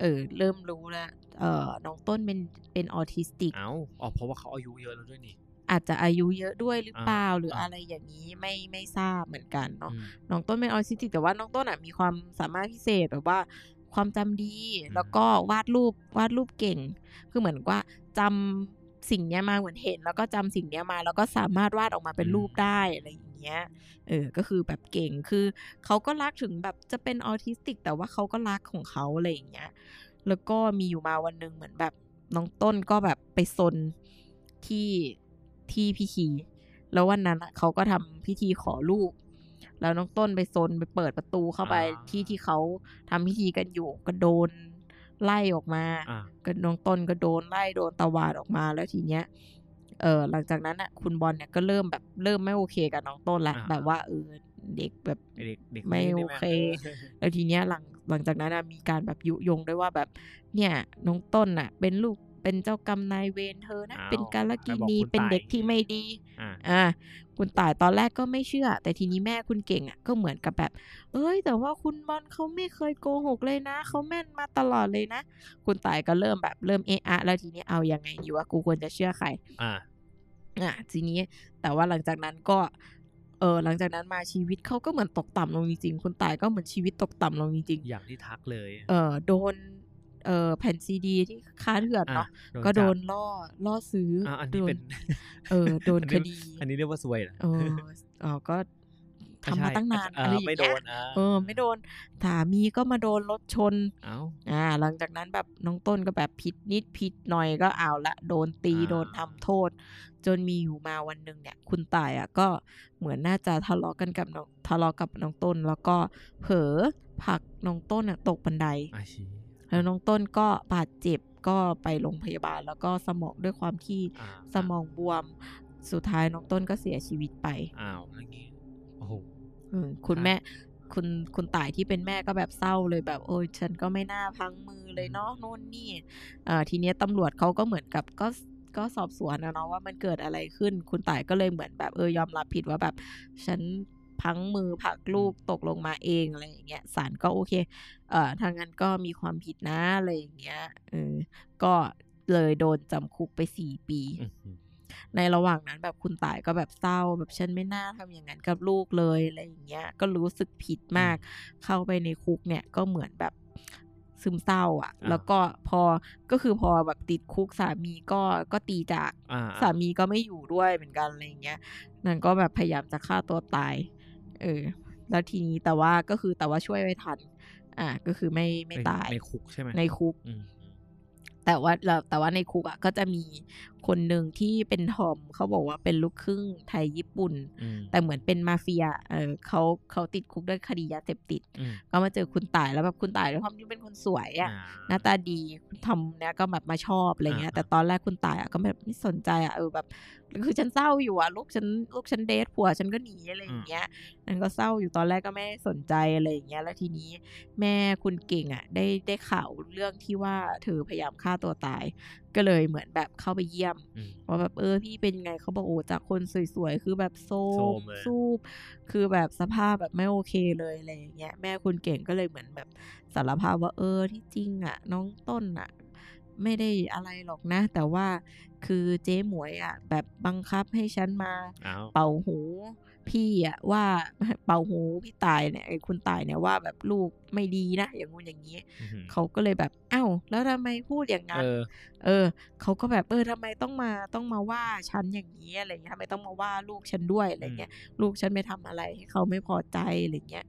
เออเริ่มรู้แล้วเออน้องต้นเป็นเป็นออทิสติก
เอ้าอ๋อเพราะว่าเขาอายุเยอะแล้วด้วยนี่
อาจจะอายุเยอะด้วยหรือเปล่า
อ่า
หรือ
อ่า
อะไรอย่างนี้ไม่ไม่ทราบเหมือนกันเนาะ
อืม
น้องต้นเป็นออทิสติกแต่ว่าน้องต้นอ่ะมีความสามารถพิเศษแบบว่าความจำดี
ม
แล้วก็วาดรูปวาดรูปเก่ง คือเหมือนว่าจำสิ่งเนี้ยมาเหมือนเห็น แล้วก็จำสิ่งเนี้ยมา แล้วก็สามารถวาดออกมาเป็นรูปได้อะไรอย่างเงี้ยเออก็คือแบบเก่งคือเขาก็รักถึงแบบจะเป็นออทิสติก แต่ว่าเขาก็รักของเขาอะไรอย่างเงี้ยแล้วก็มีอยู่มาวันหนึ่งเหมือนแบบน้องต้นก็แบบไปซนที่ที่พิธี แล้ววันนั้นอะเขาก็ทำพิธีขอลูก แล้วน้องต้นไปซนไปเปิดประตูเข้าไป
อ่า
ที่ที่เขาทำพิธีกันอยู่ก็โดนไล่ออกมา
อ่า
ก็น้องต้นก็โดนไล่โดนตะวาดออกมาแล้วทีเนี้ย เออหลังจากนั้นอ่ะ คุณบอลเนี่ยก็เริ่มแบบเริ่มไม่โอเคกับน้องต้นละ
อ่า
แบบว่าเออเด็กแบบ
ไอ้เด็กเด็ก
ไม่
นนี้
โอ
ด้ห
เค แล้วทีเนี้ยหลังหลังจากนั้นอะมีการแบบยุยงด้วยว่าแบบ เนี่ยน้องต้นอ่ะ เป็นลูก เป็นเจ้ากรรมนายเวรเธอนะ
อ้าว
เป็นกาลกิ
แล้วบอก
นี
คุณ
เป็นเด็ก
ตาย
ที่ไม่ดี
อ่า
อ่าคุณต่ายตอนแรกก็ไม่เชื่อ แต่ทีนี้แม่คุณเก่งอ่ะก็เหมือนกับแบบ เอ้ย แต่ว่าคุณบอลเขาไม่เคยโกหกเลยนะเขาแม่นมาตลอดเลยนะ คุณต่ายก็เริ่มแบบเริ่มเอะอะแล้วทีนี้เอายังไงดีวะกูควรจะเชื่อใคร
อ่า
อ่ะทีนี้แต่ว่าหลังจากนั้นก็ เออหลังจากนั้นมาชีวิตเขาก็เหมือนตกต่ำลงจริงๆคุณตายก็เหมือนชีวิตตกต่ำลงจริง
อย่างที่ทักเลย
ๆเออโดนเออแผ่นซีดีที่ค้าเถื่อนเนาะ
อ่ะ
ก็โด
จับ
นล่อล่อซื้ออ
อ่ะอัน
โด
นี้
น
เป็น
เออโดน
อั
คน
นี้
ดี
อันนี้เรียกว่าซวยเหรอ
เออเออก็ทำ
ไใช่
มาตั้งนาน
เอ
อะไร
อ
อย่าง
ไม่โด
เงี้
น
ย
อ่ะ
เออ ไม่โดนสามีก็มาโดนรถชน
เอ้า
อ่าหลังจากนั้นแบบน้องต้นก็แบบผิดนิดผิดหน่อยก็เอาละโดนตี
อ่า
โดนทำโทษ จนมีอยู่มาวันหนึ่งเนี่ย คุณตายอ่ะก็เหมือนน่าจะทะเลาะกันกับน้องทะเลาะกับน้องต้น แล้วก็เผลอผลักน้องต้นอะตกบันได
อาชี
แล้วน้องต้นก็บาดเจ็บก็ไปโรงพยาบาล แล้วก็สมองด้วยความที่
อ่า
สมองบวมสุดท้ายน้องต้นก็เสียชีวิตไป
อ้าวแล้วงี้โอ้โห
อืมคุณ
ครับ
แม่คุณคุณตายที่เป็นแม่ก็แบบเศร้าเลยแบบ โอ้ยฉันก็ไม่น่าพังมือเลยเนาะนู่นนี่ เอ่อทีเนี้ยตำรวจเขาก็เหมือนกับก็ก็สอบสวนนะเนาะว่ามันเกิดอะไรขึ้น คุณต่ายก็เลยเหมือนแบบเออยอมรับผิดว่าแบบ ฉันพลังมือผลักลูกตกลงมาเองอะไรอย่างเงี้ยศาลก็โอเค เอ่อทางนั้นก็มีความผิดนะอะไรอย่างเงี้ยเออก็เลยโดนจำคุกไปสี่ปี
อื้อหือ
ในระหว่างนั้นแบบคุณต่ายก็แบบเศร้าแบบฉันไม่น่าทำอย่างนั้นกับลูกเลยอะไรอย่างเงี้ย ก็รู้สึกผิดมาก เข้าไปในคุกเนี่ยก็เหมือนแบบซึมเศร้าอะ่ะ
อ่า
แล้วก็พอก็คือพอแบบติดคุกสามีก็ก็ตีจาก
อ่า
สามีก็ไม่อยู่ด้วยเหมือนกันอะไรอย่างเงี้ยนางก็แบบพยายามจะฆ่าตัวตาย เออ แล้วทีนี้แต่ว่าก็คือแต่ว่าช่วยไว้ทัน อ่า ก็คือไม่ไม่ตาย
ในคุกใช่ไหม
ในคุก
อืม
แต่ว่าแล้วแต่ว่าในคุกอ่ะก็จะมีคนหนึ่งที่เป็นทอมเขาบอกว่าเป็นลูกครึ่งไทยญี่ปุ่น
อืม
แต่เหมือนเป็นมาเฟีย เออเขาเขาติดคุกด้วยคดียาเสพติด
อืม
ก็มาเจอคุณต่ายแล้วแบบคุณต่ายด้วยความที่เป็นคนสวยอะ่ะ
อ่
หน้าตาดีคุณทำเนี่ยก็แบบมาชอบอะไรเงี้ย
อ่า
แต่ตอนแรกคุณต่ายอ่ะก็แบบไม่สนใจอ่ะเออแบบ คือฉันเศร้าอยู่อ่ะลูกฉันลูกฉันเดทผัวฉันก็หนีอะไรอย่างเงี้ยนั่นก็เศร้าอยู่ตอนแรกก็ไม่สนใจอะไรอย่างเงี้ย แล้วทีนี้แม่คุณเก่งอ่ะ ได้ได้ข่าวเรื่องที่ว่าเธอพยายามฆ่าตัวตาย ก็เลยเหมือนแบบเข้าไปเยี่ยม
อืม
ว่าแบบเออพี่เป็นไงเขาบอกโอ้จากคนสวยๆ คือแบบโซ
โซ
ม
มเลย
ซูบคือแบบสภาพแบบไม่โอเคเลยอะไรอย่างเงี้ยแม่คุณเก่งก็เลยเหมือนแบบสารภาพว่าเออที่จริงอ่ะ น้องต้นอ่ะ ไม่ได้อะไรหรอกนะ แต่ว่าคือเจ๊หมวยอ่ะ แบบบังคับให้ฉันมา
เอ้า
เป่าหูพี่อ่ะว่า เป่าหูพี่ตายเนี่ยไอ้คุณตายเนี่ยว่าแบบลูกไม่ดีนะอย่างงู้นอย่างนี้
อื้อหือ
เขาก็เลยแบบอ้าวแล้วทำไมพูดอย่างนั้
เอน อ
เออเขาก็แบบเออทำไมต้องมาต้องมาว่าฉันอย่างนี้อะไรเงี้ยทำไมต้องมาว่าลูกฉันด้วยอะไรเงี้ย ลูกฉันไม่ทำอะไรให้เขาไม่พอใจอะไรเงี้ย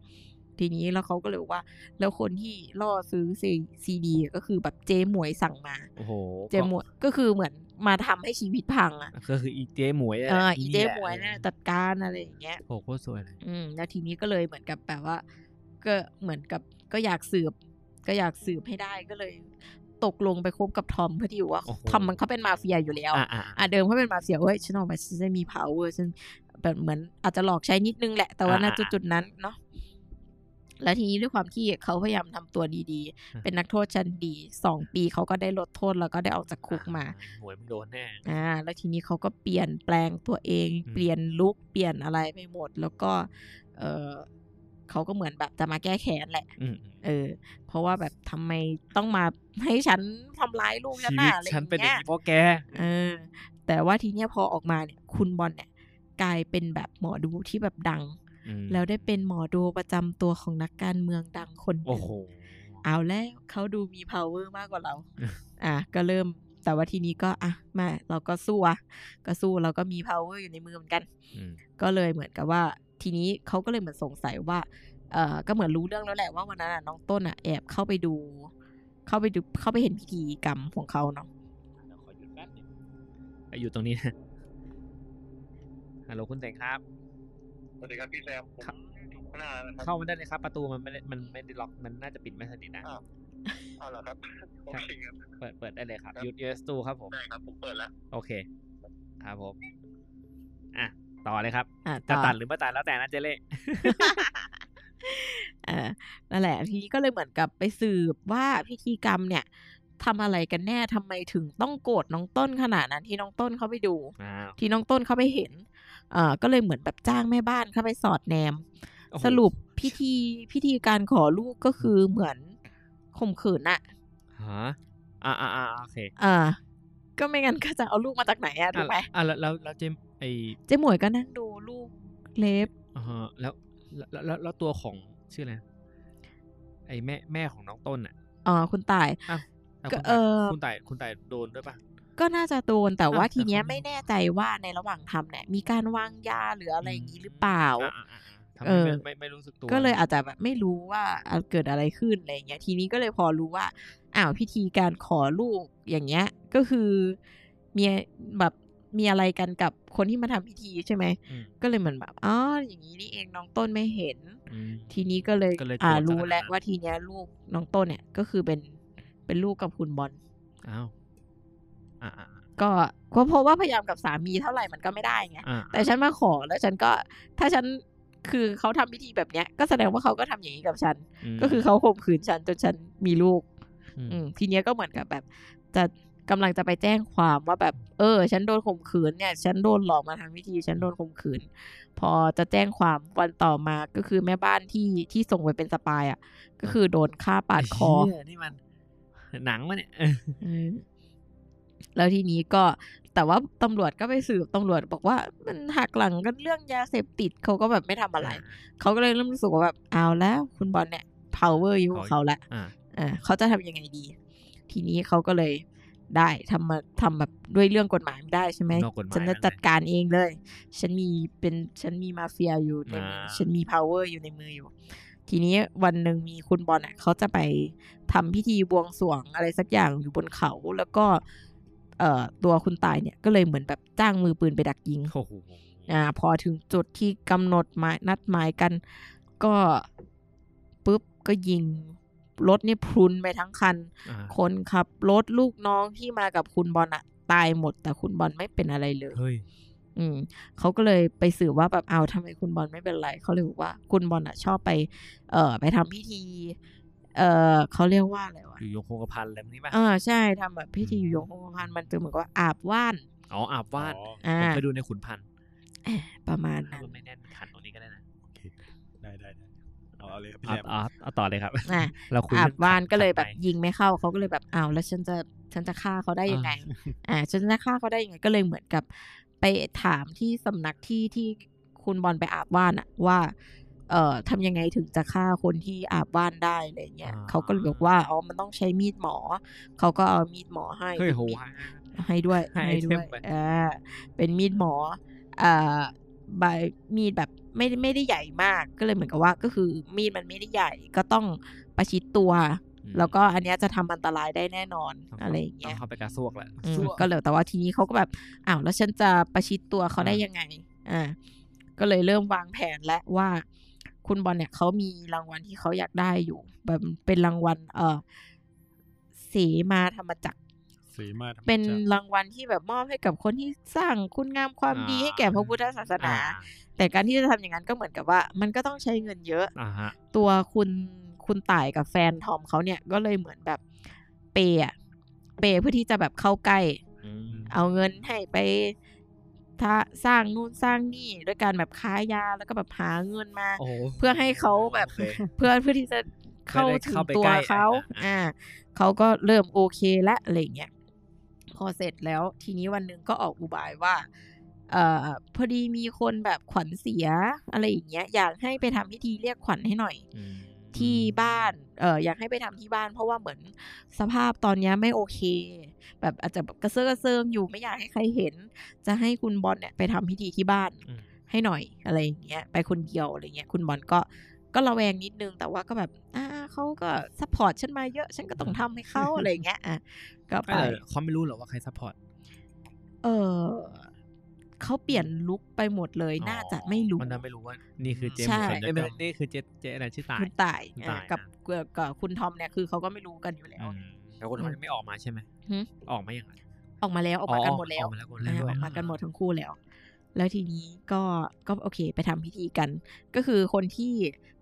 ทีนี้แล้วเขาก็เลยบอกว่า แล้วคนที่ล่อซื้อซีซีดีก็คือแบบเจหมวยสั่งมา
โอ้โห
เจหมวยก็คือเหมือนมาทำให้ชีวิตพังอ่ะ
ก็คืออีเจ๊หมวยะ
เอออีเจ
นี่แล
หมวยเนี่ยจัดการอะไรอย่างเงี้ย
โอ้โหโคตรสวยเลย
อืมแล้วทีนี้ก็เลยเหมือนกับแบบว่า ก็เหมือนกับก็อยากสืบ ก็อยากสืบให้ได้ก็เลย ตกลงไปคบกับทอมเพอดีว่า
โอ้โห
ทอมมันเขาเป็นมาเฟียอยู่แล้ว
อ่าอ่า
อ่ะเดิมเขาเป็นมาเฟียเว้ยฉันออกมาฉันจะมี power ฉันแบบเหมือนอาจจะหลอกใช้นิดนึงแหละ แต่ว่าณจุดจุดๆนั้นเนาะแล้วทีนี้ด้วยความที่เขาพยายามทำตัวดีๆ เป็นนักโทษชั้นดีสองปีเขาก็ได้ลดโทษแล้วก็ได้ออกจากคุกมา
หมวยไม่โดนแน่
อ่าแล้วทีนี้เขาก็เปลี่ยนแปลงตัวเอง
อืม
เปลี่ยนลุคเปลี่ยนอะไรไปหมด แล้วก็เออเขาก็เหมือนแบบจะมาแก้แค้นแหละ
อืม
เออ เพราะว่าแบบทำไมต้องมา ให้ฉันทำร้ายลูกฉัน
ชีวิต
น่ะอะไรอ
ฉัน
ย่าง
เป็นอย่าง
เงี้ย
นี้เพราะแก
เออ แต่ว่าทีเนี้ยพอออกมาเนี่ยคุณบอลเนี่ย กลายเป็นแบบหมอดูที่แบบดัง
อืม
แล้วได้เป็นหมอดูประจำตัวของนักการเมืองดังคนห
โอ้
นึ่ง
โห
เอาแล้วเขาดูมี power มากกว่าเรา
อืม
อ่ะ ก็เริ่ม แต่ว่าทีนี้ก็อ่ะมาเราก็สู้อ่ะ ก็สู้เราก็มี power อยู่ในมือเหมือนกัน
อืม
ก็เลยเหมือนกับว่า ทีนี้เขาก็เลยเหมือนสงสัยว่า เอ่อ ก็เหมือนรู้เรื่องแล้วแหละว่าวันนั้นอ่ะน้องต้นอ่ะแอบเข้าไปดู เข้าไปดูเข้าไปเห็นพิธีกรรมของเขาเนาะ
เดี๋ยวขอหยุดแป๊บหนึงไปอยู่ตรงนี้นะฮัลโหลคุณแสงครับ
สวัสดีครับพี่แซมผ
ค
ม
รับ
อยู่ข้างหน้านะครับ
เข้ามาได้เลยครับ ประตูมันไม่ได้มันไม่ได้ล็อกมันน่าจะปิดไม่สนิทนะ
เอาเหรอครับโอเคครับ
เปิดเปิดได้เลยครับ
ครับ
หยุด US ตู้ครับผม
ได้ครับผมเปิดแล้ว
โอเค ครับผม อ่ะ ต่อเลยครับ
อ่ะ
จะ
อ
ตัดหรือไม่ตัดแล้วแต่นะเจเล่
เออนั่นแหละทีนี้ก็เลยเหมือนกับไปสืบว่าพิธีกรรมเนี่ย ทำอะไรกันแน่ทำไมถึงต้องโกรธน้องต้นขนาดนั้นที่น้องต้นเข้าไปดู
อ่า
ที่น้องต้นเข้าไปเห็นเอ่อก็เลยเหมือนแบบจ้างแม่บ้านเข้าไปสอดแนม
โอ้โห
สรุปพิธีพิธีการขอลูกก็คือเหมือนข่มขืนอะ
ฮะอ่าอ่าอ่าโอเค
เออก็ไม่งั้นก็จะเอาลูกมาจากไหนอะถูกไหม
อ่ะอ่ะแล้วแล้วแล้วเจมส์ไอ
เจ๊หมวยก็นั่งดูลูกเล็บ
อ่าฮะแล้วแล้วแล้วแล้วแล้วตัวของชื่ออะไรนะไอแม่แม่ของน้องต้นอ่ะ
อ๋อคุณต่าย
อ่ะคุ
ก็
ณ
เอ่
ต่าย
อ
คุณต่ายคุณต่ายโดนด้วยป่ะ
ก็น่าจะโดนแต่ว่า
อ่ะ
ทีเนี้ย
แต่เขา
ไม่แน่ใจว่าในระหว่างทำเนี่ยมีการวางยาหรืออะไรอย่างนี้หรือเปล่า
อ่ะอ่ะอ่ะทำ
เอ
ให้
อ
ไม่ไม่ไม่รู้สึกตัว
ก็เลยอาจจะแบบไม่รู้ว่าเอ่อเกิดอะไรขึ้นอะไรอย่างเงี้ยทีนี้ก็เลยพอรู้ว่าอ้าวพิธีการขอลูกอย่างเงี้ยก็คือมีแบบมีอะไรกันกับคนที่มาทำพิธีใช่ไหม
อืม
ก็เลยเหมือนแบบอ๋ออย่างนี้นี่เองน้องต้นไม่เห็น
อืม
ทีนี้ก็เลย
ก็เลย
อ่า
โกรธ
รู้แล้ว
ขนาดนั้น
ว่าทีเนี้ยลูกน้องต้นเนี่ยก็คือเป็นเป็นลูกกับคุณบอล
อ้าวอ่ะอ่ะ
ก็ก็เพราะว่าพยายามกับสามีเท่าไหร่มันก็ไม่ได้ไง
อ่ะ
แต่ฉันมาขอแล้วฉันก็ถ้าฉันคือเขาทำพิธีแบบเนี้ย ก็แสดงว่าเขาก็ทำอย่างนี้กับฉัน
ม
ก็คือเขาข่มขืนฉันจนฉันมีลูก
อืม
อืมทีเนี้ยก็เหมือนกับแบบ จะกำลังจะไปแจ้งความว่าแบบเออ ฉันโดนข่มขืนเนี่ย ฉันโดนหลอกมาทำพิธี ฉันโดนข่มขืน พอจะแจ้งความวันต่อมาก็คือแม่บ้านที่ที่ส่งไปเป็นสปายอ่ะ ก็คือโดนฆ่าปาดคอ
เหี้ยนี่มันหนังวะเนี่ยเออ
เออแล้วทีนี้ก็แต่ว่าตำรวจก็ไปสืบตำรวจบอกว่ามันหักหลังกันเรื่องยาเสพติดเขาก็แบบไม่ทำอะไร เขาก็เลยเริ่มรู้สึกว่าแบบเอาแล้ว คุณบอลเนี่ย power อยู่ของเขาละ
อ่ะ
เออเขาจะทำยังไงดี ทีนี้เขาก็เลยได้ทำมาทำแบบด้วยเรื่องกฎหมายไม่ได้ใช่ไหม
นอกกฎหมาย
ฉันจะ
แล้ว
จัดการเองเลย ฉันมีเป็นฉันมีมาเฟียอยู่ในมือ
อ่า
ฉันมี power อยู่ในมืออยู่ ทีนี้วันหนึ่งมีคุณบอลอ่ะเขาจะไปทำพิธีบวงสรวงอะไรสักอย่างอยู่บนเขา แล้วก็เอ่อตัวคุณตายเนี่ยก็เลยเหมือนแบบจ้างมือปืนไปดักยิง
โอ้โห
อ่าพอถึงจุดที่กำหนดหมายนัดหมายกัน ก็ปุ๊บก็ยิงรถนี่พรุนไปทั้งคัน
อ่ะ
คนขับรถลูกน้องที่มากับคุณบอลอ่ะตายหมด แต่คุณบอลไม่เป็นอะไรเลย
เฮ้ย
อืมเขาก็เลยไปสืบว่าแบบเอาทำไมคุณบอลไม่เป็นไรเขาเลยบอกว่าคุณบอลอ่ะชอบไป เอ่อไปทำพิธี เอ่อเขาเรียกว่าอะไรวะ
อยู่ยงโคงกระพันอะไรพวกนี้ป่ะ
เออใช่ทำแบบพิธีอยู่ยงคงกระพันมันจะเหมือนกับว่าอาบว่าน
อ๋ออาบวาด
อ๋อ
อ่า
ผมไปดูในขุนพันธ์
ประมาณนั้น
ไม่แน่นขันตรงนี้ก็ได้นะ
ได้ได้ได้เอาเอาเลยครับพี่
เอา
แซม
เอาเอาต่อเลยครับ
อ่ะ
เราคุย
อา
เรื่
บ
ง
บ้าน
ขั
ก็เลย
ขั
แบ
ด
บ
ไป
ยิงไม่เข้าเขาก็เลยแบบอ้าวแล้วฉันจะฉันจะฆ่าเขาได้ยังไง อ่าฉันจะฆ่าเขาได้ยังไงก็เลยเหมือนกับ ไปถามที่สำนักที่ที่คุณบอลไปอาบว่านอะว่า เอ่อทำยังไงถึงจะฆ่าคนที่อาบว่านได้อะไรเงี้ย
อ่า
เขาก็เลยบอกว่าอ๋อมันต้องใช้มีดหมอเขาก็เอามีดหมอให้
เฮ้ย
เป็น
โห
มีด ให้ ด้วย
ให้
ให้ด้วย
ไอเทมไป
อ่าเป็นมีดหมออ่าใบมีดแบบไม่ได้ไม่ได้ใหญ่มากก็เลยเหมือนกับว่าก็คือมีดมันไม่ได้ใหญ่ก็ต้องประชิดตัว แล้วก็อันเนี้ยจะทำอันตรายได้แน่นอน
ต้องข้า
อะไรอย่างเงี้
ต้
ย
เข้าไปกระซวกแหละ
อืมก็เลยแต่ว่าทีนี้เขาก็แบบอ้าวแล้วฉันจะประชิดตัวเขาได้ยังไงอ่าก็เลยเริ่มวางแผนและว่า คุณบอลเนี่ยเขามีรางวัลที่เขาอยากได้อยู่แบบเป็นรางวัลเออเสมาธรรมจักร
เสีมาธรรมจักร
เป็นรางวัลที่แบบมอบให้กับคนที่สร้างคุณงามความดีให้แก่พระพุทธศาสนา
อ่า
แต่การที่จะทำอย่างนั้นก็เหมือนกับว่า มันก็ต้องใช้เงินเยอะ
อ่าฮะ
ตัวคุณคุณต่ายกับแฟนทอมเขาเนี่ยก็เลยเหมือนแบบเปย์อะเปย์เพื่อที่จะแบบเข้าใกล้
อืม
เอาเงินให้ไปถ้าสร้างนู่นสร้างนี่ด้วยการแบบค้ายาแล้วก็แบบหาเงินมา
โอ้โห
เพื่อให้เขาแบบ
โอเค
เพื่อเพื่อที่จะเข้าถึงตัว
ไม่ได้เข้า
เขา
ไปใกล้อ่ะอ่ะ
อ่า เขาก็เริ่มโอเคและอะไรอย่างเงี้ย พอเสร็จแล้วทีนี้วันหนึ่งก็ออกอุบายว่า เอ่อ พอดีมีคนแบบขวัญเสียอะไรอย่างเงี้ย อยากให้ไปทำพิธีเรียกขวัญให้หน่อย
อืม
ที่บ้าน เอออยากให้ไปทำที่บ้าน เพราะว่าเหมือนสภาพตอนเนี้ยไม่โอเค แบบอาจจะแบบกระเซาะกระเซิงอยู่ไม่อยากให้ใครเห็น จะให้คุณบอลเนี่ยไปทำพิธีที่บ้าน
อืม
ให้หน่อยอะไรอย่างเงี้ยไปคนเดียวอะไรเงี้ยคุณบอลก็ก็ระแวงนิดนึงแต่ว่าก็แบบอ่าเขาก็ซัพพอร์ตฉันมาเยอะ ฉันก็ต้องทำให้เขา อะไรเงี้ยอ่ะก็ไป
เออเขาไม่รู้หรอกว่าใครซัพพอร์ต
เออเขาเปลี่ยนลุคไปหมดเลยน่าจะไม่รู้
มันน่าไม่รู้ว่านี่คือเจม
ใช่
ส์คนเดียวกันนี่คือเจเจอะไรชื่อตาย
คุณตาย
คุณ
อ่ะ
ต่าย
กับ
อ่ะ
กับกับคุณทอมเนี่ยคือเขาก็ไม่รู้กันอยู่แล้ว
แต่คนเขายังไม่ออกมาใช่ไหม
หึ
ออกมาอย่างไร
ออกมาแล้วออกมากันหมดแล้ว
ออกมาแล้วหมดแล้วด้
อ่า
ว
อย อกมากันหมดทั้งคู่แล้ว แล้วทีนี้ก็ก็โอเค ไปทำพิธีกัน ก็คือคนที่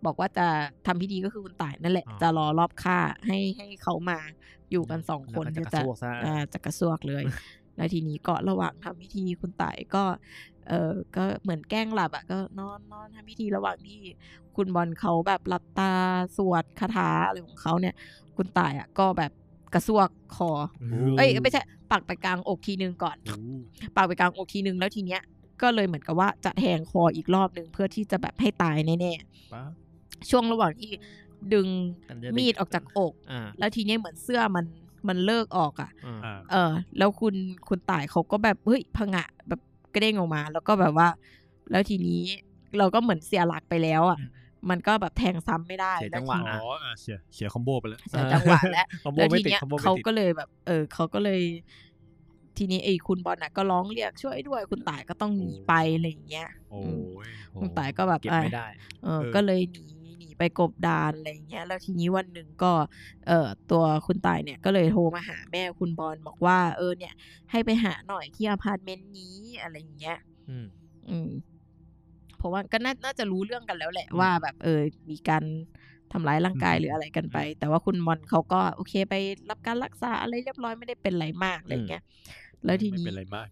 บอกว่าจะทำพิธีก็คือคุณต่ายนั่นแหละ
อ๋อ
จะรอรอบค่าให้ให้เขามา อยู่กันสองคน
แล้วก็จะกระซวกซะ
อ่าจะกระซวก เลย แล้วทีนี้ก็ระหว่างทำพิธีคุณต่ายก็ เออก็เหมือนแกล้งหลับอ่ะก็นอนนอนทำพิธีระหว่างที่คุณบอลเขาแบบหลับตาสวดคาถาอะไรของเขาเนี่ย คุณต่ายอ่ะก็แบบกระซวกคอ เอ้ยไม่ใช่ปักไปกลางอกทีนึงก่อน
โอ้โห
ปากไปกลางอกทีนึงแล้วทีเนี้ยก็เลยเหมือนกับว่าจะแทงคออีกรอบนึงเพื่อที่จะแบบให้ตายแน่
ป้าบ
ๆ ช่วงระหว่างที่ดึง
กันจะดึง
มีดออกจากอก
อ่า
แล้วทีเนี้ยเหมือนเสื้อมันมันเลิกออกอ่ะ
อ่า
อ่า
เออ แล้วคุณคุณต่ายเขาก็แบบเฮ้ยผงะแบบกระเด้งออกมา แล้วก็แบบว่า แล้วทีนี้เราก็เหมือนเสียหลักไปแล้วอ่ะ
อืม
มันก็แบบแทงซ้ำไม่ได้
เสีย
แล้
จั
ว
งห
ที
วะ
อ๋ออ่ะเสียเสียคอมโบไปแล้ว
เสียจังหวะแล้ว
คอมโบ
แล้ว
ไม่
ที
ติด
เนี้ย
คอมโบไม่
เขา
ติด
ก็เลยแบบ เออเขาก็เลย ทีนี้ไอ้คุณบอลน่ะก็ร้องเรียกช่วยด้วยคุณต่ายก็ต้องหนีไปอะไรอย่างเงี้ย
โอ้ยโห
คุณต่ายก็แบบ
เก็บ
อ่ะ
ไม่ได้
เออ
เออ
ก็เลยหนีหนีไปกบดานอะไรอย่างเงี้ย แล้วทีนี้วันหนึ่งก็ เออตัวคุณต่ายเนี่ยก็เลยโทรมาหาแม่คุณบอลบอกว่า เออ เนี่ย ให้ไปหาหน่อยที่อพาร์ตเมนต์นี้อะไรอย่างเงี้ย
อืม
อืมเพราะว่าก็น่าน่าจะรู้เรื่องกันแล้วแหละว่าแบบเออ มีการทำร้ายร่างกาย
อืม
หรืออะไรกันไป
อืม
แต่ว่าคุณมอนเขาก็โอเคไปรับการรักษาอะไรเรียบร้อยไม่ได้เป็นอะไรมากอะไร
อืม
เงี้ย แล้วที
ไม่
นี้
เป็นไรมาก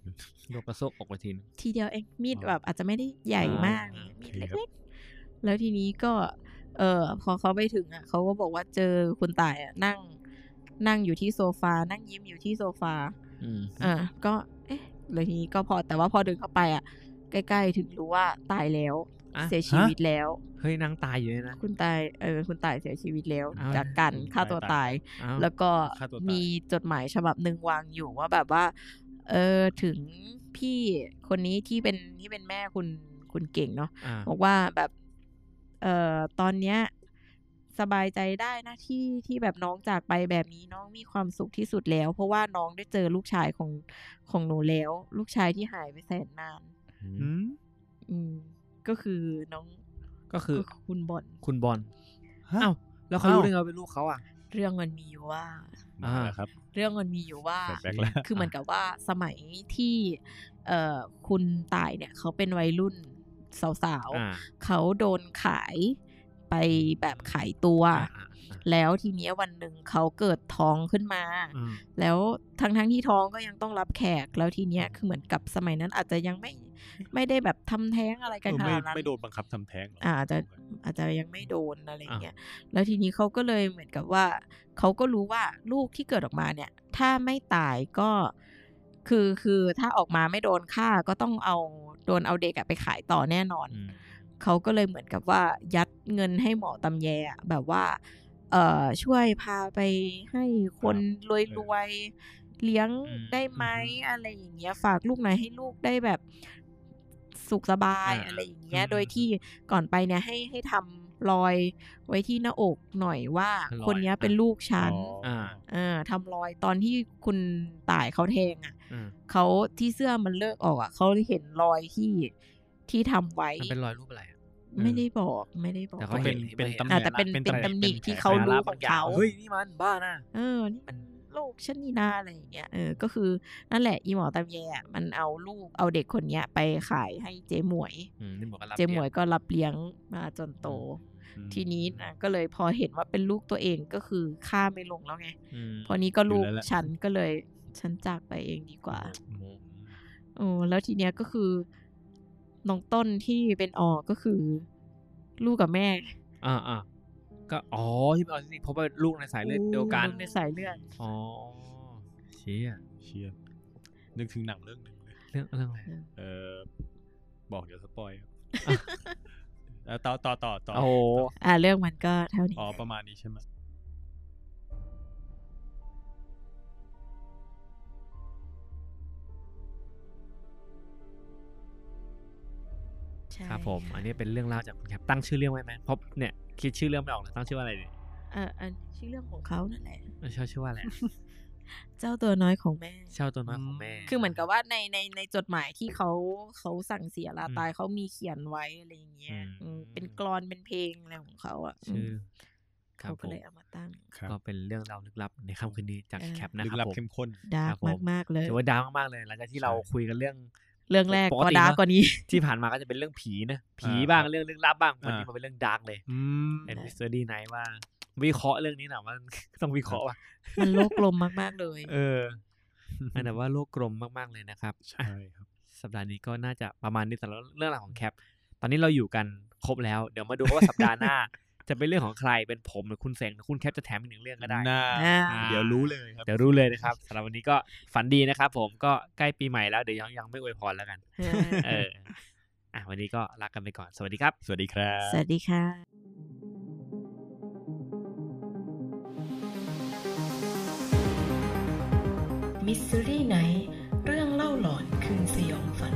โยกกระโซกออกไปทีนึง
ทีเดียวเองมีด
อ๋อ
แบบอาจจะไม่ได้ใหญ่มาก
อ่า
มีด
โอเคครับ
เล็กๆแล้วทีนี้ก็ เออพอเขาไปถึงอ่ะเขาก็บอกว่าเจอคุณตายอ่ะนั่ง นั่งอยู่ที่โซฟา นั่งยิ้มอยู่ที่โซฟา
อืม
อ่าก็เอ๊ะเลยทีนี้ก็พอแต่ว่าพอเดินเข้าไปอ่ะ ใกล้ๆถึงรู้ว่าตายแล้ว
อ่ะ
เสียชีวิตแล้ว
เฮ้ยนางตายอยู่เลยนะ
คุณตายเออคุณตายเสียชีวิตแล้ว
อ้าว
จากการฆ่าตัวตาย
อ้าว
แล้วก็
ฆ่าตัวตาย
มีจดหมายฉบับหนึ่งวางอยู่ว่าแบบว่า เออถึงพี่คนนี้ที่เป็นที่เป็นแม่คุณคุณเก่งเนาะ
อ่า
บอกว่าแบบเออตอนเนี้ยสบายใจได้นะที่ที่แบบน้องจากไปแบบนี้น้องมีความสุขที่สุดแล้ว เพราะว่าน้องได้เจอลูกชายของของหนูแล้ว ลูกชายที่หายไปแสนนาน
อืม
อืมก็คือน้อง
ก็คือ
ก็คุณบอล
คุณบอล
ฮะ
อ้าวแล้วเขารู้
อ้าว
ได้ไงว่าเป็นลูกเขาอ่ะ
เรื่องมันมีอยู่ว่า
มาแล้วครับ
เรื่องมันมีอยู่ว่า
แบกแล้ว
คือเหมือนกับว่าสมัยที่เอ่อคุณตายเนี่ยเขาเป็นวัยรุ่นสาว
อ่า
ๆเขาโดนขายไปแบบขายตัว
อ่าอ่าอ่า
แล้วทีเนี้ยวันหนึ่งเขาเกิดท้องขึ้นมา
อืม
แล้วทั้งทั้งๆที่ท้องก็ยังต้องรับแขกแล้วทีเนี้ยคือเหมือนกับสมัยนั้นอาจจะยังไม่ไม่ได้แบบทำแท้งอะไรกันข
เออไม่
นาดนั้น
ไม่โดนบังคับทำแท้งหรอก
อาอาจจะอาจจะยังไม่โดนอะไรอย่างเงี้ย แล้วทีนี้เขาก็เลยเหมือนกับว่าเขาก็รู้ว่าลูกที่เกิดออกมาเนี่ย ถ้าไม่ตายก็คือคือถ้าออกมาไม่โดนฆ่าก็ต้องเอาโดนเอาเด็กอะไปขายต่อแน่นอน
อืม
เขาก็เลยเหมือนกับว่ายัดเงินให้หมอตำแยอะแบบว่า เอ่อช่วยพาไปให้คนรวยรวยๆเลี้ยง
อืม
ได้ไหม
อืม
อะไรอย่างเงี้ย ฝากลูกหน่อยให้ลูกได้แบบสุขสบาย
อ่า
อะไรอย่างเงี้ย
อืม
โดยที่ก่อนไปเนี่ยให้ให้ทำรอยไว้ที่หน้าอกหน่อยว่า
รอย
คนเนี้ย
อ่ะ
เป็นลูกฉัน
อ๋ออ่า
เออทำรอยตอนที่คุณต่ายเขาแทงอ่ะ
อืม
เขาที่เสื้อมันเลิกออกอ่ะเขาเห็นรอยที่ที่ทำไว้
มันเป็นรอยรูปอะไรอะ
ไม่ได้บอกไม่ได้บอก
แต่
ก็
เขา
เป็น
เห็น
เป็น
เห็น
ตำแห
อ่ะ
น่ง
แต่เป็น
เป็น
เป็น
ตำ
ตำห
แห
นิ
น่ง
ที่
แผล
เขา
ไป
รู้
แล้ว
ของเขา
เฮ้ยนี่มันบ้านะ
เออนี่มันโลกชนนีนาอะไรอย่างเงี้ยเออก็คือนั่นแหละอีหมอตามแยอ่ะมันเอาลูกเอาเด็กคนเนี้ยไปขายให้เจ๊หมวย
อืมนี่บอกกันรับ
เจ๊หมวยก็รับเลี้ยงมาจนโต
อืม
ทีนี้นะก็เลยพอเห็นว่าเป็นลูกตัวเองก็คือฆ่าไม่ลงแล้วไง
อืม
พอนี้ก็ลูก
อยู่แล้วแหละ
ฉันก็เลยฉันจากไปเองดีกว่า
อืม
โอ้แล้วทีเนี้ยก็คือน้องต้นที่เป็นออก็คือ ลูกกับแม่
อ่าอ่าก็อ๋อที่มันออทิสติกเพราะว่าลูกในสายเลือดเดียวกัน
ลูในสายเลือด
อ๋อเชี่ย
เชียนึกถึงหนังเรื่องหนึ่งเลย
เรื่องเรื่องอะไร
เออบอกเดี๋ยวสปอยครับเอ่ อต่อต่อต่อต่อ
โอ้โห
อ่าเรื่องมันก็เท่านี้
อ๋อประมาณนี้ใช่ไหม
ใช่
ครับผม อันนี้เป็นเรื่องเล่าวจากคุณแคปตั้งชื่อเรื่องไว้ไหมเพราะเนี่ยคิดชื่อเรื่องไม่ออกเลยตั้งชื่อว่าอะไรดี
เอ่ออันชื่อเรื่องของเขานั่นแหละ
เออชื่อชื่อว่าอะไรอะ
เจ้าตัวน้อยของแม่
เช่าตัวน้อยของแม่
คือเหมือนกับว่าในในในจดหมายที่เขาเขาสั่งเสียลาตายเขามีเขียนไว้อะไรอย่างเงี้ย
อืม
อืมเป็นกรอนเป็นเพลงอะไรของเขาอ่ะ
ชื่อ
ม
ครั
เขา
บผ
ก็
ม
เลยเอามาตั้ง
ครับ
ก็เป็นเรื่องราวลึกลับในค่ำคืนนี้จาก
เออ
แคปนะ
ลึก
ครั
ลั
บบผม
เข้มข้น
ดาร์
ครับ
ก
ผม
มาก ๆ เลย
ถือว่าดาร์กมากๆเลยหลังจากที่เราคุยกันเรื่อง
เรื่องแรก
ปก
ก็
ติ
ดาร์ก
เนอะ
กว่านี้
ที่ผ่านมาก็จะเป็นเรื่องผีนะผี
อ่า
บ้าง
ครับ
เรื่องลึกลับบ้างวันนี้
อ่า
มาเป็นเรื่องดาร์กเลย
อืม
เอ็นวิสเตอร์ดีไนว่า วิเคราะห์เรื่องนี้หน่อยว่า ต้องวิเคราะห์ว่ะ
มันโลกลมมากๆเลย
เอออันนั้นว่าโลกกลมมากๆเลยนะครับ
ใช่ครับ
สัปดาห์นี้ก็น่าจะประมาณนี้สำหรับเรื่องราวของแคป ตอนนี้เราอยู่กันครบแล้ว เดี๋ยวมาดูว่าสัปดาห์หน้า จะเป็นเรื่องของใครเป็นผมหรือคุณเสงหรือคุณแคปจะแถมอีกหนึ่งเรื่องก็ได้
น่า
อ่า
เดี๋ยวรู้เลยครั บ
เดี๋ยวรู้เลยนะครับสำหรับวันนี้ก็ฝันดีนะครับ ผมก็ใกล้ปีใหม่แล้วเดี๋ยวยังยังไม่อวยพรแล้วกัน เออ อ่ะวันนี้ก็ลากันไปก่อน สวัสดีครับ
สวัสดีครับ
สวัสดีค่ะ
มิสซิรี่ไนท์เรื่องเล่าหลอนคืนสยองฝัน